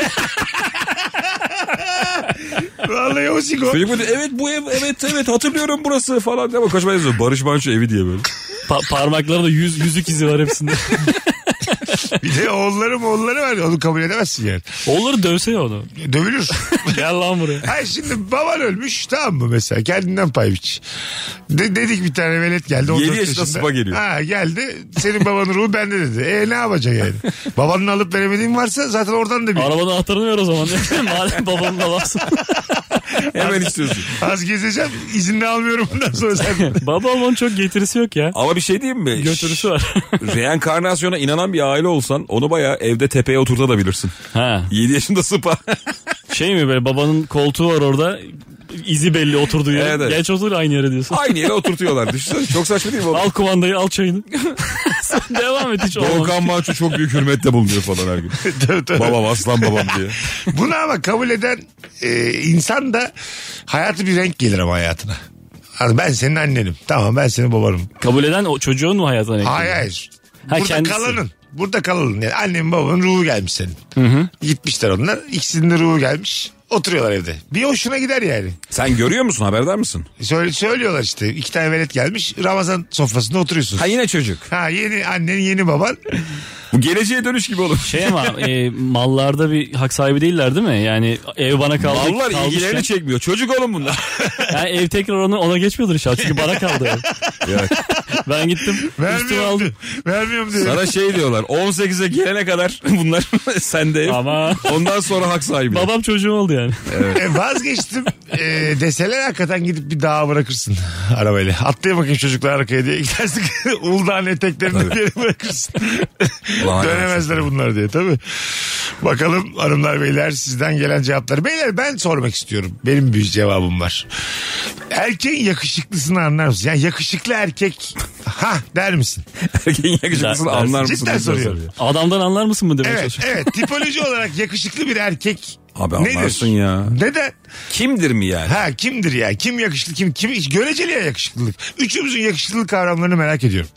S3: Vallahi o sigo.
S5: Çocuk böyle evet bu ev evet evet hatırlıyorum burası falan. diye Ama koşma yazıyor Barış Manço evi diye böyle.
S4: Pa- parmaklarında yüz, yüzük izi var hepsinde.
S3: Bir de oğulları oğulları var. Onu kabul edemezsin yani.
S4: Olur dövse ya onu.
S3: Dövülür.
S4: Gel lan buraya.
S3: Hayır şimdi baban ölmüş tamam mı mesela kendinden pay biç. De- dedik bir tane velet geldi. 14
S5: yaşında sıpa geliyor.
S3: Ha geldi senin babanın ruhu bende dedi. E ne yapacaksın yani? Babanın alıp veremediğin varsa zaten oradan da bir
S4: Arabanın anahtarını ver o zaman. Madem babanın da varsa.
S5: Hemen istiyorsun.
S3: az gezeceğim izin de almıyorum bundan sonra sen.
S4: Babamın çok getirisi yok ya.
S5: Ama bir şey diyeyim mi?
S4: Götürüsü var.
S5: Reenkarnasyona inanan bir aile olsan onu bayağı evde tepeye oturtabilirsin.
S4: ha.
S5: 7 yaşında sıpa.
S4: Şey mi böyle babanın koltuğu var orada. İzi belli oturduğu yer.
S5: Evet, evet.
S4: Genç otur aynı yere diyorsun.
S5: Aynı yere oturtuyorlar. Düşünsene çok saçma değil mi?
S4: Al kumandayı al çayını. Sen Devam et hiç olmaz.
S5: Volkan Manço çok büyük hürmette bulunuyor falan her gün.
S3: Tabii, tabii.
S5: babam aslan babam diye.
S3: Bunu ama kabul eden e, insan da hayatı bir renk gelir ama hayatına. Ha, Ben senin annenim. Tamam ben senin babanım.
S4: Kabul eden o çocuğun mu hayatına ekledi?
S3: Hayır hayır.
S4: Ha,
S3: Burada
S4: kendisi.
S3: kalanın. Burada kalanın. Yani annenin babanın ruhu gelmiş senin. Gitmişler onlar. İkisinin de ruhu gelmiş. Oturuyorlar evde. Bir hoşuna gider yani.
S5: Sen görüyor musun haberdar mısın?
S3: Söyle, söylüyorlar işte. İki tane velet gelmiş. Ramazan sofrasında oturuyorsun.
S5: Ha yine çocuk.
S3: Ha yeni annen yeni baban.
S5: Bu geleceğe dönüş gibi olur.
S4: Şey ama e, mallarda bir hak sahibi değiller değil mi? Yani ev bana kaldı.
S5: Allah
S4: kalmışken-
S5: ilgilerini çekmiyor. Çocuk oğlum bunlar.
S4: Yani ev tekrar ona, ona geçmiyordur inşallah. Çünkü bana kaldı. ev.
S5: Ya,
S4: ben gittim. üstümü
S3: Vermiyorum diyor.
S4: aldım.
S3: Vermiyorum diyor.
S5: sana şey diyorlar 18'e gelene kadar bunlar sende ev.
S4: Ama
S5: Ondan sonra hak sahibi.
S4: babam çocuğum oldu yani.
S3: E, vazgeçtim e, deseler hakikaten gidip bir dağa bırakırsın arabayla. Atlayın bakayım çocuklar arkaya diye gidersin. Uludağ'ın eteklerini bir yere bırakırsın.
S5: Ulan
S3: Dönemezler bunlar diye tabii. Bakalım hanımlar beyler sizden gelen cevaplar. Beyler ben sormak istiyorum. Benim bir cevabım var. Erkeğin yakışıklısını anlar mısın? Yani yakışıklı erkek ha der misin?
S5: Erkeğin yakışıklısını
S4: Dersin.
S5: anlar mısın?
S3: Cidden soruyorum.
S4: Adamdan anlar mısın mı demeye
S3: Evet
S4: çalışıyorum.
S3: evet tipoloji olarak yakışıklı bir erkek
S5: Abi
S3: nedir?
S5: anlarsın ya.
S3: Neden?
S5: Kimdir mi yani?
S3: Ha kimdir ya? Kim yakışıklı kim? Kim göreceli ya yakışıklılık. Üçümüzün yakışıklılık kavramlarını merak ediyorum.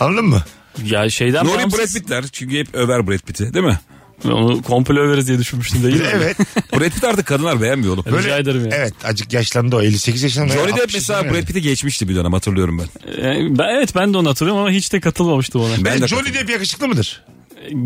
S3: Anladın mı?
S4: Ya şeyden
S5: Nuri Brad
S4: bağımsız-
S5: Pitt'ler çünkü hep över Brad Pitt'i değil mi?
S4: Onu komplo överiz diye düşünmüştüm değil mi?
S3: Evet.
S5: Brad Pitt artık kadınlar beğenmiyor oğlum.
S4: Rica ederim ya.
S3: Evet acık yaşlandı o 58 yaşında.
S5: Johnny Depp
S3: 60
S5: mesela
S3: yaşında
S5: Brad Pitt'i geçmişti bir dönem hatırlıyorum ben.
S4: Ee, ben, evet ben de onu hatırlıyorum ama hiç de katılmamıştım ona.
S5: Ben de
S3: yani. Johnny
S5: katılıyorum.
S3: Depp yakışıklı mıdır?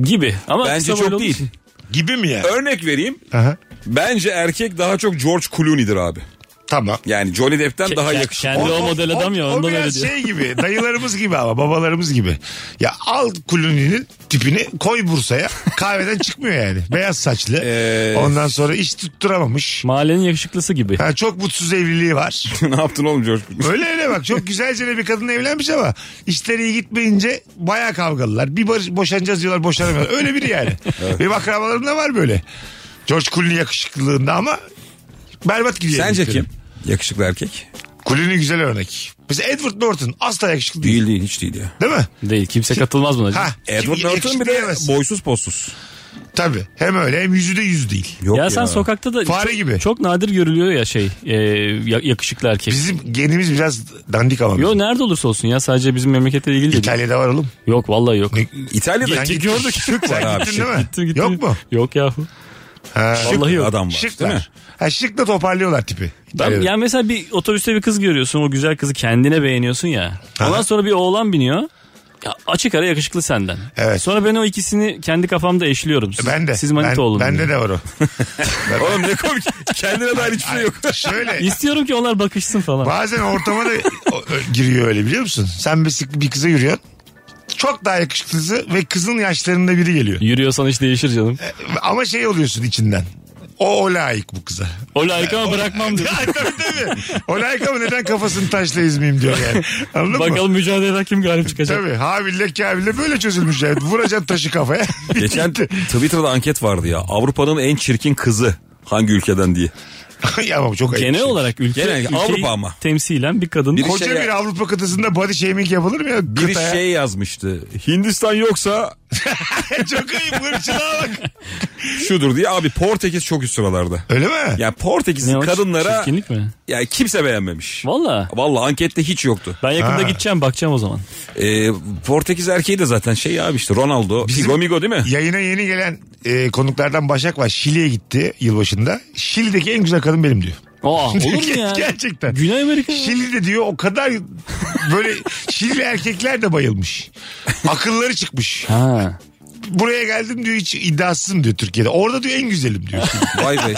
S4: Gibi. Ama
S5: Bence
S4: kısa boylu
S5: çok
S4: olduğu
S5: değil.
S4: için.
S3: Gibi mi ya?
S5: Örnek vereyim.
S3: Aha.
S5: Bence erkek daha çok George Clooney'dir abi.
S3: Tamam.
S5: Yani Johnny Depp'ten
S4: Ke-
S5: daha
S4: ke-
S5: yakışıklı.
S4: kendi- o model adam ya,
S3: o
S4: ondan
S3: biraz
S4: öyle diyor.
S3: şey gibi dayılarımız gibi ama babalarımız gibi. Ya al Clooney'nin tipini koy Bursa'ya kahveden çıkmıyor yani. Beyaz saçlı
S5: Ee,
S3: ondan sonra iş tutturamamış.
S4: Mahallenin yakışıklısı gibi.
S3: Ha, çok mutsuz evliliği var.
S5: ne yaptın oğlum George Clooney?
S3: Öyle öyle bak çok güzelce de bir kadınla evlenmiş ama işleri iyi gitmeyince bayağı kavgalılar. Bir barış, boşanacağız diyorlar boşanamıyorlar. Öyle biri yani. Benim akrabalarım da var böyle. George Clooney yakışıklılığında ama berbat gidiyor.
S5: Sence
S3: heriflerin.
S5: kim? Yakışıklı erkek.
S3: Clooney güzel örnek. Mesela Edward Norton asla yakışıklı değil.
S5: Değil değil hiç değil ya.
S3: Değil mi?
S4: Değil. Kimse katılmaz buna.
S3: Ha,
S5: Edward
S3: kim
S5: Norton
S3: yakışıklı
S5: bir de
S3: diyemezsin.
S5: boysuz posuz.
S3: Tabii. Hem öyle hem yüzü de yüz değil.
S5: Yok
S4: ya, sen sokakta da
S3: Fare
S4: çok,
S3: gibi.
S4: çok nadir görülüyor ya şey e, ya- yakışıklı erkek.
S3: Bizim genimiz biraz dandik ama.
S4: Yo
S3: bizim.
S4: nerede olursa olsun ya sadece bizim memleketle ilgili değil.
S3: İtalya'da var oğlum.
S4: Yok vallahi yok.
S3: Ne-
S5: İtalya'da
S3: Sen
S5: iki
S3: gittin.
S5: gördük. Şık var
S3: Sen
S5: abi.
S3: gittin
S5: Şık.
S3: değil mi?
S4: Gittim, gittim.
S3: Yok mu?
S4: Yok yahu.
S3: Ha.
S4: Vallahi yok.
S5: Adam var
S3: Şık
S5: değil mi?
S3: var. Ha, şıkla toparlıyorlar tipi.
S4: Ben,
S3: İtalya'da.
S4: yani mesela bir otobüste bir kız görüyorsun o güzel kızı kendine beğeniyorsun ya. Ondan
S3: Aha.
S4: sonra bir oğlan biniyor. Ya açık ara yakışıklı senden.
S3: Evet.
S4: Sonra ben o ikisini kendi kafamda eşliyorum. Siz,
S3: Ben de.
S4: Siz manita
S3: ben,
S4: olun.
S3: Bende
S4: diye.
S3: de var o.
S5: Oğlum ne komik. Kendine dair hiçbir şey yok.
S3: Şöyle
S4: İstiyorum ki onlar bakışsın falan.
S3: bazen ortama da o- ö- giriyor öyle biliyor musun? Sen bir, sık- bir kıza yürüyorsun. Çok daha yakışıklısı ve kızın yaşlarında biri geliyor.
S4: Yürüyorsan hiç değişir canım.
S3: Ama şey oluyorsun içinden. O, o layık bu kıza.
S4: O layık ama bırakmam dedi.
S3: Ay, tabii tabii. O layık ama neden kafasını taşla izmeyeyim diyor yani. Anladın mı?
S4: Bakalım mücadeleden kim galip çıkacak.
S3: Tabii. Habille kabille böyle çözülmüş yani. Vuracaksın taşı kafaya.
S5: Geçen
S3: Bitti.
S5: Twitter'da anket vardı ya. Avrupa'nın en çirkin kızı hangi ülkeden diye.
S3: ya ama çok ayıp.
S4: Genel
S3: şey.
S4: olarak ülke,
S5: Genel-
S4: ülkeyi
S5: Avrupa ama.
S4: temsilen bir kadın.
S5: Biri-
S3: Koca
S5: şey ya.
S3: bir Avrupa kıtasında body shaming yapılır mı ya?
S5: Biri
S3: Kıtaya.
S5: şey yazmıştı. Hindistan yoksa
S3: çok ayıp. Hırçılığa bak.
S5: şudur diye. Abi Portekiz çok üst sıralarda.
S3: Öyle mi?
S5: Yani Portekiz'in
S4: Ne o,
S5: kadınlara
S4: Çirkinlik mi?
S5: yani kimse beğenmemiş.
S4: Valla.
S5: Vallahi ankette hiç yoktu.
S4: Ben yakında
S3: Ha.
S4: gideceğim bakacağım o zaman.
S5: Ee, Portekiz erkeği de zaten şey abi işte Ronaldo, Figo Migo değil mi?
S3: Yayına yeni gelen e, konuklardan Başak var. Şili'ye gitti yılbaşında. Şili'deki en güzel kadın benim diyor.
S4: Aa, Ah, olur mu ya?
S3: Gerçekten.
S4: Güney Amerika.
S3: Şili'de diyor o kadar böyle Şilili erkekler de bayılmış. Akılları çıkmış.
S4: Ha.
S3: Buraya geldim diyor hiç iddiasızım diyor Türkiye'de. Orada diyor en güzelim diyor.
S5: Vay be.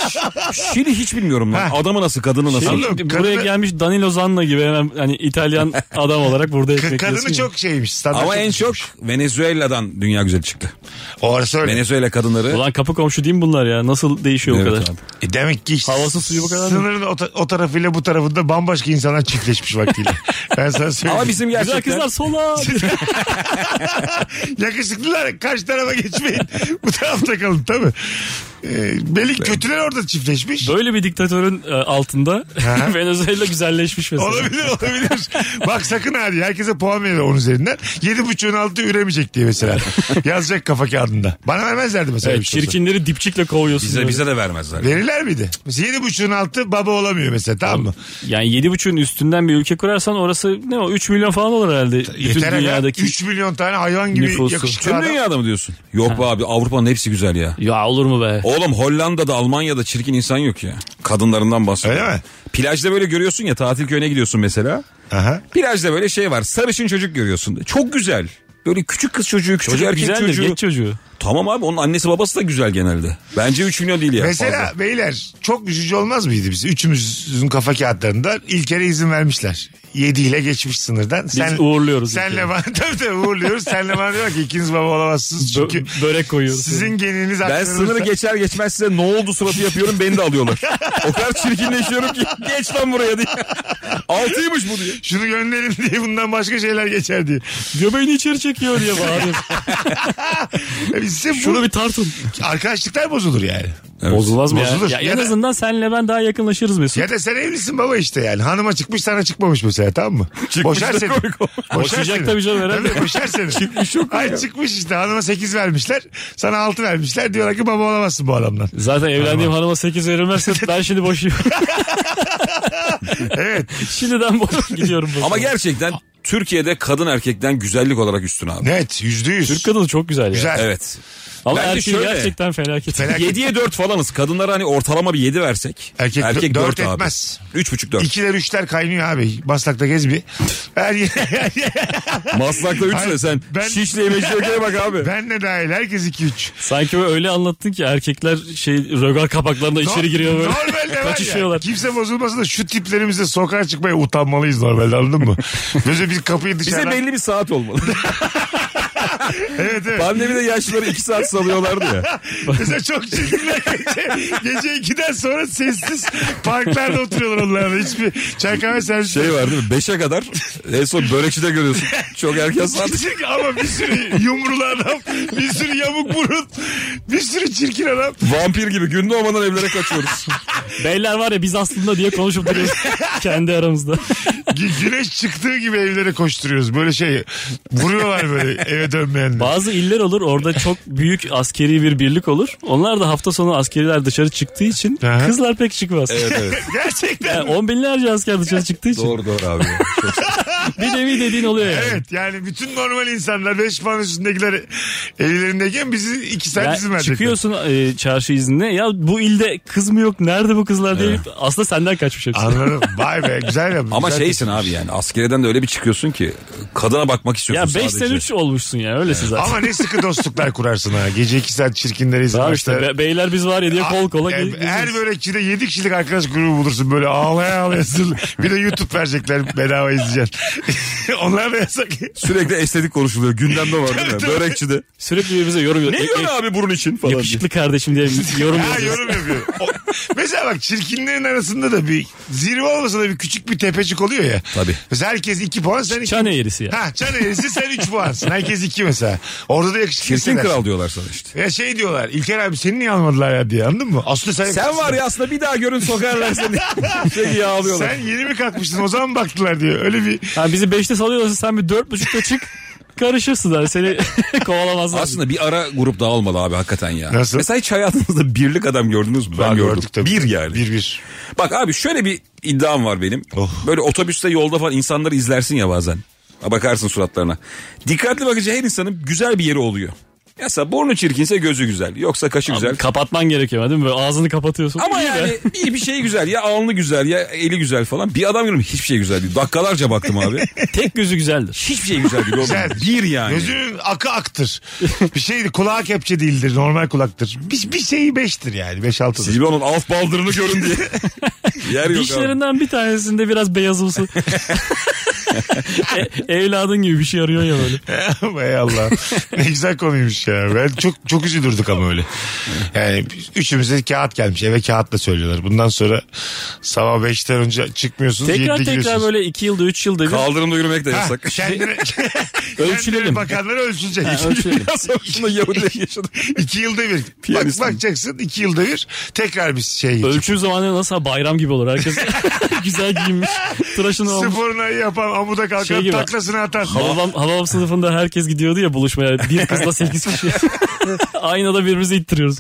S5: Şili hiç bilmiyorum lan. Adamı nasıl kadını nasıl?
S3: Şili-
S4: Şey,
S3: Oğlum,
S4: buraya
S3: kadını-
S4: gelmiş Danilo Zanna gibi hemen hani İtalyan adam olarak burada ekmek yiyorsun
S3: Kadını
S4: ya.
S3: çok şeymiş. standart
S5: Ama en çok
S3: düşmüş.
S5: Venezuela'dan dünya güzeli çıktı.
S3: Orası öyle.
S5: Venezuela kadınları.
S4: Ulan kapı komşu değil mi bunlar ya? Nasıl değişiyor
S5: Evet
S4: o kadar?
S5: abi.
S3: E demek ki işte
S4: Havası suyu bu kadar mı?
S3: Sınırın o, ta- o tarafıyla bu tarafında bambaşka insanlar çiftleşmiş vaktiyle. ben sana söyleyeyim.
S5: Ama bizim
S4: Güzel
S5: gerçekten
S4: kızlar sola.
S3: Yakışıklılar karşı tarafa geçmeyin. bu tarafta kalın tabii. Ee, belli kötüler orada çiftleşmiş.
S4: Böyle bir diktatörün e, altında Venezuela güzelleşmiş mesela.
S3: Olabilir olabilir. Bak sakın hadi herkese puan verir onun üzerinden. Yedi buçuğun altı üremeyecek diye mesela. Yazacak kafa kağıdında. Bana vermezlerdi mesela.
S4: Evet,
S3: bir şey olsa.
S4: çirkinleri dipçikle kovuyorsun.
S5: Bize
S4: böyle.
S5: bize de vermezler.
S3: Verirler miydi? Mesela yedi buçuğun altı baba olamıyor mesela tamam mı?
S4: Yani yedi buçuğun üstünden bir ülke kurarsan orası ne o 3 milyon falan olur herhalde. Bütün
S3: Yeter dünyadaki...
S4: dünyadaki.
S3: 3 milyon tane hayvan gibi
S4: nüfusu.
S3: yakışıklı
S5: Tüm
S3: adam.
S5: dünyada mı diyorsun? Yok be abi Avrupa'nın hepsi güzel ya.
S4: Ya olur mu be?
S5: Oğlum Hollanda'da Almanya'da çirkin insan yok ya. Kadınlarından bahsediyorum.
S3: Öyle mi?
S5: Plajda böyle görüyorsun ya tatil köyüne gidiyorsun mesela.
S3: Aha.
S5: Plajda böyle şey var sarışın çocuk görüyorsun. Çok güzel. Böyle küçük kız çocuğu, küçük
S4: Çocuk
S5: erkek
S4: güzeldir
S5: çocuğu.
S4: geç çocuğu.
S5: Tamam abi onun annesi babası da güzel genelde. Bence 3 milyon değil ya.
S3: Mesela
S5: fazla.
S3: beyler çok üzücü olmaz mıydı biz? Üçümüzün kafa kağıtlarında İlker'e izin vermişler. 7 ile geçmiş sınırdan. Biz
S4: uğurluyoruz
S3: Senle
S4: İlker'i.
S3: bana tabii tabii uğurluyoruz. senle bana diyor ki ikiniz baba olamazsınız
S4: Bö-
S3: çünkü
S4: börek koyuyoruz.
S3: sizin geniniz
S5: Ben
S3: aklınızda-
S5: sınırı geçer geçmez size ne oldu suratı yapıyorum beni de alıyorlar. o kadar çirkinleşiyorum ki geç lan buraya diye. Altıymış bu diye.
S3: Şunu gönderin diye bundan başka şeyler geçer diye.
S4: Göbeğini içeri çekiyor diye bağırıyor.
S3: E biz size bu-
S4: Şunu bir tartın.
S3: arkadaşlıklar bozulur yani.
S4: Bozulmaz mı
S3: Bozulur.
S4: ya? ya?
S3: Ya
S4: En
S3: da-
S4: azından senle ben daha yakınlaşırız Mesut.
S3: Ya da sen evlisin baba işte yani. Hanıma çıkmış sana çıkmamış mesela tamam mı? Boşar
S5: da
S3: seni.
S5: komik olmaz.
S4: Boşayacak tabii canım herhalde.
S3: Tabii boşar seni. çıkmış yok Ay çıkmış işte hanıma 8 vermişler. Sana 6 vermişler. Diyorlar ki baba olamazsın bu adamdan.
S4: Zaten evlendiğim hanıma 8 verilmezse ben şimdi boşuyorum.
S3: Evet.
S4: Şimdiden boş gidiyorum. boşuna.
S5: Ama gerçekten Türkiye'de kadın erkekten güzellik olarak üstün abi.
S3: Net yüzde yüz.
S4: Türk kadını çok güzel ya.
S3: Güzel.
S5: Evet.
S4: Ama
S5: Bence
S4: erkeği
S5: şöyle.
S4: gerçekten felaket.
S3: Felaket.
S5: 7'ye 4 falanız. Kadınlara hani ortalama bir 7 versek.
S3: Erkek dö-
S5: dört
S3: dört
S5: abi.
S3: etmez.
S5: 3,5 4.
S3: İkiler üçler kaynıyor abi. Maslakta gez bir. Ben,
S5: Maslak'ta 3
S3: Hayır,
S5: de sen
S3: ben-
S5: şişle yemeşliye bak abi.
S3: ben de dahil herkes iki üç.
S4: Sanki böyle öyle anlattın ki erkekler şey rögar kapaklarında içeri giriyor böyle.
S3: Normalde var ya.
S4: Kaçışıyorlar.
S3: Kimse bozulmasın da şu tiplerimizle sokağa çıkmaya utanmalıyız normalde anladın mı? Böyle bir kapıyı
S5: Bize
S3: dışarıdan.
S5: belli bir saat olmalı.
S3: Evet evet.
S5: Pandemide yaşlıları 2 saat salıyorlardı ya.
S3: Mesela çok çirkinler gece, gece 2'den sonra sessiz parklarda oturuyorlar onlarla. Hiçbir çay kahve servisi.
S5: Şey var değil mi? 5'e kadar en son börekçide görüyorsun. Çok erken saat.
S3: Çirkin ama bir sürü yumrulu adam, bir sürü yamuk burun, bir sürü çirkin adam.
S5: Vampir gibi gün doğmadan evlere kaçıyoruz.
S4: Beyler var ya biz aslında diye konuşup duruyoruz kendi aramızda.
S3: Gü- Güneş çıktığı gibi evlere koşturuyoruz. Böyle şey vuruyorlar böyle eve dönmeyenler.
S4: Bazı iller olur orada çok büyük askeri bir birlik olur. Onlar da hafta sonu askeriler dışarı çıktığı için
S3: Aha.
S4: kızlar pek çıkmaz.
S5: Evet evet.
S3: Gerçekten.
S4: Yani on binlerce asker dışarı çıktığı için
S5: Doğru doğru abi. Çok-
S4: bir nevi dediğin oluyor yani.
S3: Evet yani bütün normal insanlar 5 puan üstündekiler ellerindeyken bizi 2
S4: Ya
S3: saat izin verecekler.
S4: çıkıyorsun e, çarşı iznine ya bu ilde kız mı yok nerede bu kızlar diye aslında senden kaçmış hepsi.
S3: Anladım. Vay be güzel yapmış.
S5: Ama
S3: Güzel
S5: şeysin abi yani askereden de öyle bir çıkıyorsun ki kadına bakmak
S4: Ya
S5: istiyorsun
S4: 5'ten
S5: sadece.
S4: 3 olmuşsun ya öylesin zaten.
S3: Ama ne sıkı dostluklar kurarsın ha. Gece iki saat çirkinlere izin
S4: Tamam
S3: ver.
S4: işte be- beyler biz var ya diye kol kola
S3: E,
S4: gel-
S3: her börekçide 7 kişilik arkadaş grubu bulursun böyle ağlaya ağlaya sırlı. Bir de YouTube verecekler bedava izleyeceksin. Onlar da yasak.
S5: Sürekli estetik konuşuluyor. Gündemde var değil mi? Börekçide. E,
S4: sürekli birbirimize yorum e,
S5: Ne diyorsun abi burun için falan diye.
S4: Yakışıklı kardeşim diye yorum
S3: Ha
S4: yapıyoruz.
S3: yorum yapıyor. O- mesela bak çirkinlerin arasında da bir zirve olmasa da bir küçük bir tepecik oluyor ya.
S5: Tabii.
S3: Mesela herkes 2 puan sen 2
S4: Çan eğrisi ya.
S3: Ha çan eğrisi sen 3 puansın. Herkes 2 mesela. Orada da yakışıklı.
S5: Çirkin
S3: isimler.
S5: kral diyorlar sana işte.
S3: Ya şey diyorlar İlker abi seni niye almadılar ya diye anladın mı? Aslında sen,
S5: Sen var ya aslında bir daha görün sokarlar seni. Sürekli yağlıyorlar.
S3: Sen yeni mi kalkmıştın o zaman mı baktılar diyor. Öyle bir
S4: Ha, bizi 5'te salıyorlarsa sen bir 4.30'da çık karışırsın hani seni kovalamazlar.
S5: Aslında bir ara grup daha olmalı abi hakikaten ya.
S3: Nasıl?
S5: Mesela hiç hayatınızda birlik adam gördünüz mü? Ben
S3: Var,
S5: gördüm.
S3: gördük tabii.
S5: Bir yani.
S3: Bir bir.
S5: Bak abi şöyle bir iddiam var benim.
S3: Oh.
S5: Böyle otobüste yolda falan insanları izlersin ya bazen. Bakarsın suratlarına. Dikkatli bakınca her insanın güzel bir yeri oluyor. Mesela burnu çirkinse gözü güzel. Yoksa kaşı güzel.
S4: Kapatman gerekiyor değil mi? Böyle ağzını kapatıyorsun.
S5: Ama
S4: İyi be.
S5: yani bir, bir şey güzel ya alnı güzel ya eli güzel falan. Bir adam görüyorum hiçbir şey güzel değil. Dakikalarca baktım abi.
S4: Tek gözü güzeldir.
S5: hiçbir şey güzel değil. oğlum.
S3: Güzel.
S5: Bir yani.
S3: Gözünün akı aktır. Bir şey kulağa kepçe değildir. Normal kulaktır. Bir, bir şeyi beştir yani. Beş altıdır.
S5: Silvio'nun alt baldırını görün diye. Yer yok abi.
S4: Dişlerinden bir tanesinde biraz beyazımsı. E- evladın gibi bir şey arıyor ya böyle.
S3: Vay Allah. Ne güzel konuymuş ya. Ben çok çok üzülürdük ama öyle. Yani üçümüze kağıt gelmiş. Eve kağıtla söylüyorlar. Bundan sonra sabah 5'ten önce çıkmıyorsunuz.
S4: Tekrar
S3: yedide
S4: tekrar
S3: giriyorsunuz.
S4: böyle 2 yılda 3 yılda bir
S5: Kaldırımda yürümek de yasak.
S3: Kendine, kendine
S4: Ölçülelim.
S3: bakanlar ölçülecek.
S4: ölçülelim.
S5: Dünya Savaşı'nda Yahudilerin yaşadığı.
S3: iki yılda bir. Bak,
S5: Piyanist.
S3: bakacaksın iki yılda bir tekrar bir şey geçecek.
S4: Ölçüm zamanı nasıl bayram gibi olur. Herkes güzel giyinmiş. Tıraşını olmuş.
S3: Sporunu yapan amuda kalkan
S4: Şey gibi.
S3: taklasını atan.
S4: Hababam, hababam sınıfında herkes gidiyordu ya buluşmaya. Bir kızla sekiz kişi. Aynada birbirimizi ittiriyoruz.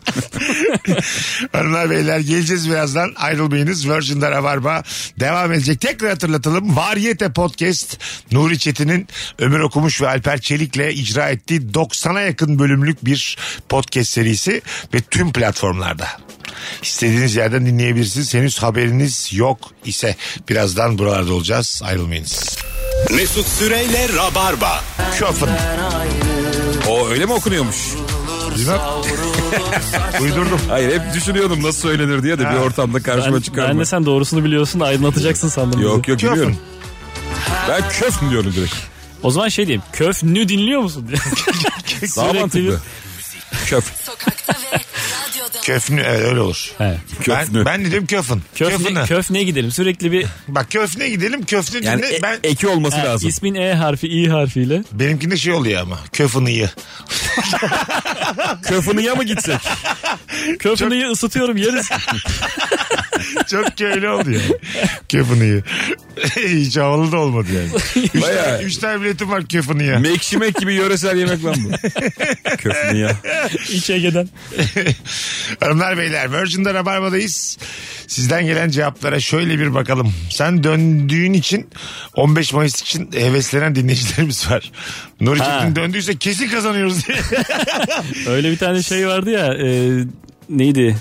S3: Hanımlar beyler geleceğiz birazdan ayrılmayınız. Virgin'de Rabarba devam edecek. Tekrar hatırlatalım. Varyete Podcast Nuri Çetin'in Ömür Okumuş ve Alper Çelik'le icra ettiği 90'a yakın bölümlük bir podcast serisi ve tüm platformlarda. İstediğiniz yerden dinleyebilirsiniz. Henüz haberiniz yok ise birazdan buralarda olacağız. Ayrılmayınız.
S2: Mesut Süreyle Rabarba.
S3: Şofun.
S5: O öyle mi okunuyormuş?
S3: Uydurdum.
S5: Hayır hep düşünüyordum nasıl söylenir diye de bir ortamda karşıma
S4: Ben,
S5: çıkar
S4: ben
S5: mı?
S4: de sen doğrusunu biliyorsun da aydınlatacaksın sandım. bizi.
S5: Yok yok
S3: Köfün.
S5: biliyorum. Ben köf mü diyorum direkt?
S4: O zaman şey diyeyim. Köfnü dinliyor musun?
S5: Daha
S4: Sürekli
S5: mantıklı.
S4: bir-
S5: Köf.
S6: Sokakta ve radyoda.
S3: Köfnü evet öyle olur.
S4: He.
S3: Ben,
S5: Köfnü.
S3: ben dedim köfün. Köfne.
S4: Köfne, köfneye gidelim. Sürekli bir
S3: Bak köfne gidelim köfne
S5: yani
S3: dinle.
S5: e-
S3: ben
S5: eki olması
S4: he,
S5: lazım.
S4: ismin E harfi, İ harfiyle.
S3: Benimkinde şey oluyor ama köfün iyi.
S5: Köfünüye mi gitsek?
S4: Köfneyi ısıtıyorum yeriz.
S3: Çok köylü oldu yani. Köfün iyi. Hiç havalı da olmadı yani. Üç,
S5: Bayağı.
S3: tane, üç tane biletim var köfün iyi.
S5: Mekşimek gibi yöresel yemek lan bu. Köfünüye.
S4: İç Ege'den.
S3: Hanımlar beyler Virgin'de Rabarba'dayız. Sizden gelen cevaplara şöyle bir bakalım. Sen döndüğün için 15 Mayıs için heveslenen dinleyicilerimiz var. Nuri
S4: Ha.
S3: Çetin döndüyse kesin kazanıyoruz diye.
S4: Öyle bir tane şey vardı ya. e, neydi?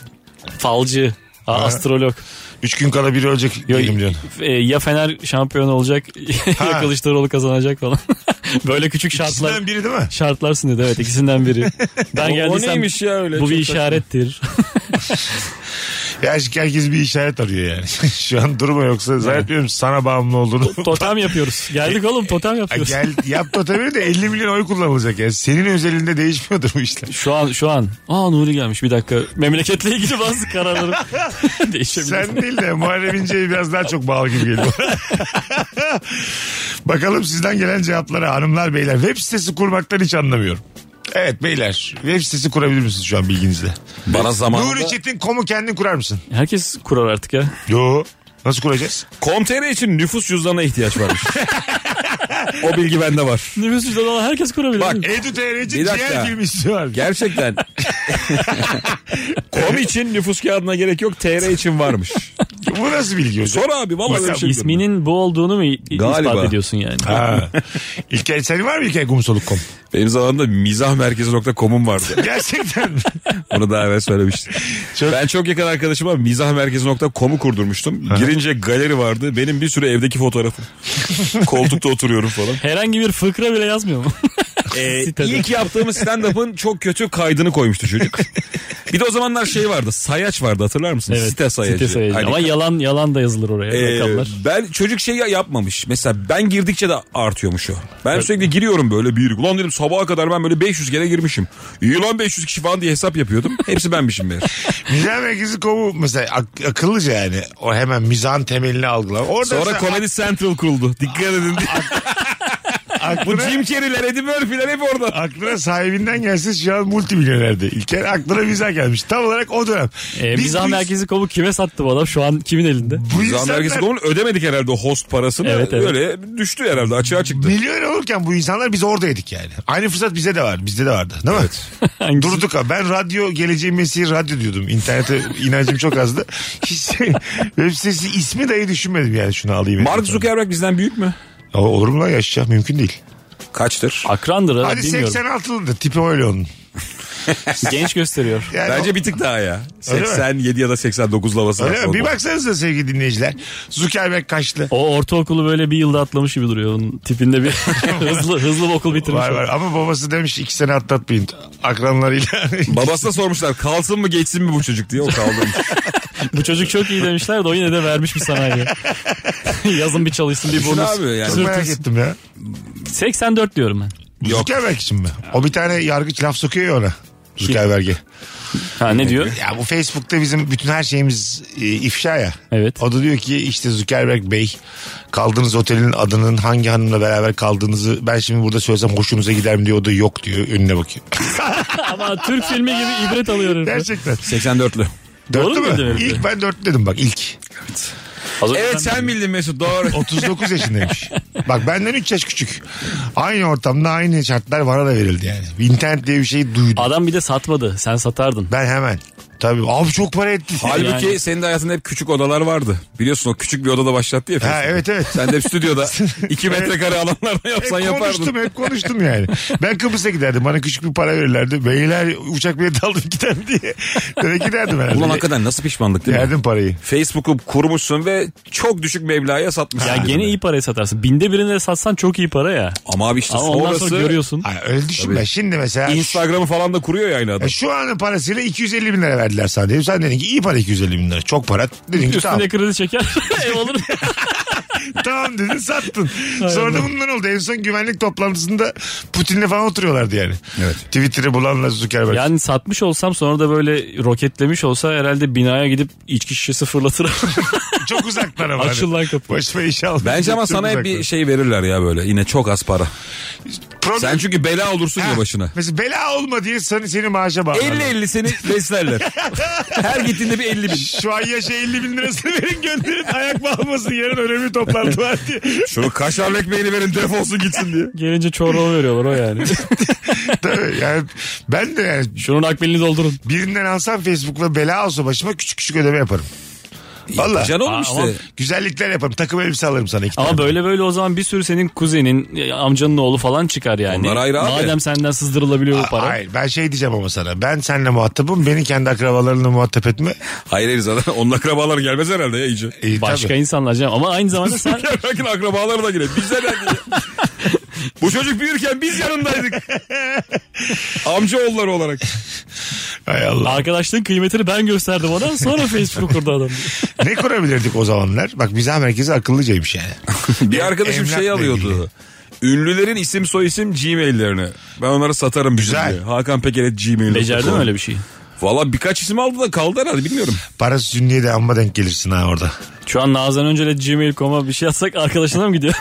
S4: Falcı. a- astrolog.
S3: Üç gün kala biri ölecek diyelim diyorsun.
S4: E, ya Fener şampiyon olacak
S3: Ha.
S4: ya Kılıçdaroğlu kazanacak falan. Böyle küçük şartlar.
S3: İkisinden biri değil mi?
S4: Şartlar sunuyordu evet ikisinden biri. Ben
S5: O- o
S4: geldiysem
S5: neymiş ya öyle?
S4: bu bir
S5: Çok
S4: işarettir.
S3: Ya herkes bir işaret arıyor yani. Şu an durma yoksa zannetmiyorum sana bağımlı olduğunu.
S4: totem yapıyoruz. Geldik oğlum totem
S3: Ha,
S4: yapıyoruz.
S3: gel yap totemini de 50 milyon oy kullanılacak yani. Senin özelinde değişmiyordur bu işler.
S4: Şu an şu an. Aa Nuri gelmiş bir dakika. Memleketle ilgili bazı kararlarım değişebilir.
S3: Sen değil de Muharrem İnce'ye biraz daha çok bağlı gibi geliyor. Bakalım sizden gelen cevaplara hanımlar beyler. Web sitesi kurmaktan hiç anlamıyorum. Evet beyler web sitesi kurabilir misiniz şu an bilginizle?
S5: Bana
S3: Nuri
S5: zamanında...
S3: Çetin komu kendin kurar mısın?
S4: Herkes kurar artık ya.
S3: Yo. Nasıl kuracağız?
S5: Komtere için nüfus cüzdanına ihtiyaç varmış. o bilgi bende var.
S4: Nüfus cüzdanı alan herkes kurabilir.
S5: Bak,
S4: değil mi?
S3: Edu TR'ci
S5: Bir dakika.
S3: ciğer filmi istiyorlar.
S5: Gerçekten. Kom için nüfus kağıdına gerek yok. TR için varmış.
S3: Bu nasıl bilgi hocam?
S5: Sor abi vallahi öyle bir şey bilmiyorum.
S4: İsminin bu olduğunu mu i-
S5: Galiba.
S4: ispat ediyorsun yani?
S3: Ha. İlker senin var mı İlker Gumsoluk.com?
S5: Benim zamanımda mizahmerkezi.com'um vardı.
S3: Gerçekten mi?
S5: Bunu daha evvel söylemiştim.
S3: Çok-
S5: Ben çok yakın arkadaşıma mizahmerkezi.com'u kurdurmuştum. Girince galeri vardı. Benim bir sürü evdeki fotoğrafım. Koltukta oturuyorum falan.
S4: Herhangi bir fıkra bile yazmıyor mu?
S5: Ee,
S4: Sitede.
S5: ilk yaptığımız stand-up'ın çok kötü kaydını koymuştu çocuk. Bir de o zamanlar şey vardı. Sayaç vardı hatırlar mısın? Site sayacı.
S4: Site sayacı.
S5: Hani-
S4: Ama yalan yalan da yazılır oraya
S5: Ee,
S4: rakamlar.
S5: ben çocuk şey ya- yapmamış. Mesela ben girdikçe de artıyormuş o. Ben sürekli giriyorum böyle bir. Ulan dedim sabaha kadar ben böyle 500 kere girmişim. İyi lan 500 kişi falan diye hesap yapıyordum. Hepsi benmişim meğer.
S3: Mizah merkezi kovu mesela ak- akıllıca yani. O hemen mizahın temelini algılar. Orada
S5: Sonra
S3: mesela
S5: Comedy Central kuruldu. Dikkat edin diye. Bu
S3: aklına,
S5: Jim Carrey'ler, Eddie Murphy'ler hep orada.
S3: aklına sahibinden gelse şu an multimilyonerdi. İlker aklına mizah gelmiş. Tam olarak o dönem.
S5: E,
S4: Ee,
S3: Biz
S4: mizah
S3: bu-
S4: merkezi kovu kime sattı bu adam? Şu an kimin elinde?
S3: Bu
S5: Zam
S3: insanlar
S5: vergisi konumu ödemedik herhalde o host parasını.
S4: Evet, evet.
S5: Öyle düştü herhalde açığa çıktı.
S3: milyoner olurken bu insanlar biz oradaydık yani. Aynı fırsat bize de var. Bizde de vardı. Değil mi?
S4: Hangisi?
S3: Durduk ha. Ben radyo geleceğin mesleği radyo diyordum. İnternete inancım çok azdı. Hiç web sitesi ismi dahi düşünmedim yani şunu alayım.
S5: Mark Zuckerberg bizden büyük mü?
S3: Ya Olur mu lan yaşayacak mümkün değil.
S5: Kaçtır?
S4: Akrandır abi
S3: Hadi
S4: bilmiyorum.
S3: 86'lıdır tipi öyle onun.
S4: Genç gösteriyor.
S3: Yani
S5: Bence bir tık daha ya.
S3: Öyle mi?
S5: 87 ya da 89 lavası.
S3: Öyle
S5: var
S3: mi? Bir
S5: orada.
S3: baksanıza sevgili dinleyiciler. Zuckerberg kaçlı.
S4: O ortaokulu böyle bir yılda atlamış gibi duruyor. Onun tipinde bir hızlı hızlı bir okul bitirmiş.
S3: Var var ama babası demiş iki sene atlatmayın akranlarıyla.
S5: Babasına sormuşlar kalsın mı geçsin mi bu çocuk diye o kaldırmış.
S4: Bu çocuk çok iyi demişler de o yine de vermiş bir sanayi. Yazın bir çalışsın bir
S5: Düşün
S4: bonus.
S5: abi yani.
S3: Çok merak ettim ya.
S4: 84 diyorum ben.
S5: Yok.
S3: Zuckerberg için mi? O bir tane yargıç laf sokuyor ya ona. Zuckerberg'e.
S4: Ha ne diyor?
S3: Ya bu Facebook'ta bizim bütün her şeyimiz e, ifşa ya.
S4: Evet.
S3: O da diyor ki işte Zuckerberg Bey kaldığınız otelin adının hangi hanımla beraber kaldığınızı ben şimdi burada söylesem hoşunuza gider mi diyor. O da yok diyor önüne bakıyor.
S4: Ama Türk filmi gibi ibret alıyorum.
S3: Gerçekten.
S5: 84'lü.
S3: Dörtlü
S4: muydu
S3: mü?
S4: öyle?
S3: İlk ben dörtlü dedim bak ilk.
S4: Az önce
S5: Evet sen bildin Mesut doğru.
S3: 39 yaşındaymış. Bak benden 3 yaş küçük. Aynı ortamda aynı şartlar bana da verildi yani. İnternet diye bir şey duydum.
S4: Adam bir de satmadı. Sen satardın.
S3: Ben hemen. Tabii abi çok para etti.
S5: Halbuki
S4: Yani.
S5: senin de hayatında hep küçük odalar vardı. Biliyorsun o küçük bir odada başlattı
S3: Ha,
S5: ya. Facebook'u.
S3: evet evet.
S5: Sen de hep stüdyoda 2 metrekare alanlarda
S3: Hep
S5: yapsan
S3: konuştum
S5: yapardın.
S3: hep konuştum yani. Ben Kıbrıs'a giderdim. Bana küçük bir para verirlerdi. Beyler uçak bileti aldım gidelim diye. Böyle giderdim herhalde.
S5: Ulan hakikaten nasıl pişmanlık değil mi?
S3: Yerdim parayı.
S5: Facebook'u kurmuşsun ve çok düşük meblağa satmışsın.
S4: Ya
S5: Birbirine.
S4: gene iyi paraya satarsın. Binde birine de satsan çok iyi para ya.
S5: Ama abi işte
S4: Ama ondan
S5: sonrası
S4: sonra görüyorsun.
S3: Ay, öyle düşünme.
S5: Tabii.
S3: Şimdi mesela
S5: Instagram'ı falan da kuruyor ya aynı adam.
S3: Ya şu anın parasıyla 250 bin lira verdiler sana. Dedim. Sen dedin ki iyi para 250 bin lira. Çok para. Dedin ki tamam.
S4: Üstüne kredi çeker. Ev olur.
S3: tamam dedin sattın. Sonra da bundan oldu. En son güvenlik toplantısında Putin'le falan oturuyorlardı yani.
S5: Evet.
S3: Twitter'ı bulanla Zuckerberg.
S4: yani satmış olsam sonra da böyle roketlemiş olsa herhalde binaya gidip içki şişesi fırlatır.
S3: Çok uzaklar ama.
S4: Açıl lan kapı.
S3: Başıma iş aldım.
S5: Bence ama
S3: Çok
S5: sana hep
S3: uzaklar.
S5: bir şey verirler ya böyle. Yine çok az para.
S3: Problem-
S5: Sen çünkü bela olursun
S3: Ha,
S5: ya başına.
S3: Mesela bela olma diye seni, seni maaşa bağlarlar.
S5: 50-50 seni beslerler. Her gittiğinde bir 50 bin.
S3: Şu an yaşa 50 bin lirasını verin gönderin ayak bağlamasın yarın önemli toplantı var diye.
S5: Şunu kaşarlı ekmeğini verin defolsun gitsin diye.
S4: Gelince çorba veriyorlar o yani.
S3: Tabii yani ben de yani
S4: Şunun akbilini doldurun.
S3: birinden alsam Facebook'la bela olsa başıma küçük küçük ödeme yaparım. Valla
S5: Can oğlum
S4: Aa,
S5: işte.
S4: ama-
S3: güzellikler yaparım takım elbise alırım sana iki
S4: Ama
S3: tane.
S4: böyle böyle o zaman bir sürü senin kuzenin, ya, amcanın oğlu falan çıkar yani.
S5: Onlar ayrı abi.
S4: Madem senden sızdırılabiliyor bu para.
S3: Hayır ben şey diyeceğim ama sana ben seninle muhatabım beni kendi akrabalarınla muhatap etme.
S5: Hayır hayır zaten onun akrabaları gelmez herhalde ya iyice.
S3: Ee,
S4: Başka
S3: tabii.
S4: insanlar canım. Ama aynı zamanda sen
S5: Bakın akrabaları da girer. Biz de geldik. Bu çocuk büyürken biz yanındaydık. Amcaoğulları olarak.
S3: Hay Allah.
S4: arkadaşlığın kıymetini ben gösterdim ona. Sonra Facebook kurdu adam.
S3: ne kurabilirdik o zamanlar? Bak bize merkezi akıllıcaymış yani.
S5: Bir arkadaşım
S3: Emlakla
S5: şey
S3: ilgili.
S5: alıyordu. Ünlülerin isim soy isim Gmail'lerini. Ben onları satarım
S3: Güzel.
S5: Güzel. Diye. Hakan Pekeret Gmail'ini.
S4: Becerdin mi öyle bir şey? şeyi?
S5: Valla birkaç isim aldı da kaldı herhalde bilmiyorum.
S3: Parası sünniye de amma denk gelirsin ha orada.
S4: Şu an Nazan Öncel'e gmail.com'a bir şey atsak arkadaşına mı gidiyor?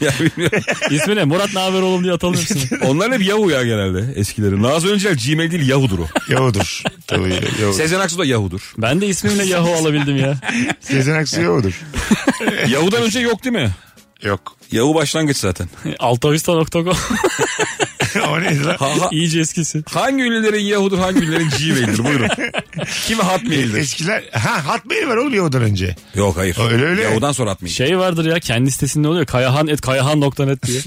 S5: Ya bilmiyorum.
S4: İsmi ne? Murat ne haber oğlum diye atalım hepsini.
S5: Onlar hep Yahoo ya genelde eskileri. Nazım Öncel Gmail değil Yahoo'dur o.
S3: Yavudur. Tabii yavudur.
S5: Sezen Aksu da Yahoo'dur.
S4: Ben de ismimle Yahoo alabildim ya.
S3: Sezen Aksu yavudur.
S5: Yahoo'dan önce yok değil mi?
S3: Yok.
S5: Yahoo başlangıç zaten.
S4: Altavista.com
S3: o neydi lan?
S5: Ha- ha-
S4: iyice eskisi.
S5: hangi ünlülerin Yahoo'dur hangi ünlülerin Gmail'dir buyurun. Kimi Hotmail'dir?
S3: Eskiler ha Hotmail var oğlum Yahudan önce.
S5: Yok hayır.
S3: Öyle öyle.
S5: Yahoo'dan sonra Hotmail.
S4: Şey vardır ya kendi sitesinde oluyor. Kayahan et kayahan.net diye.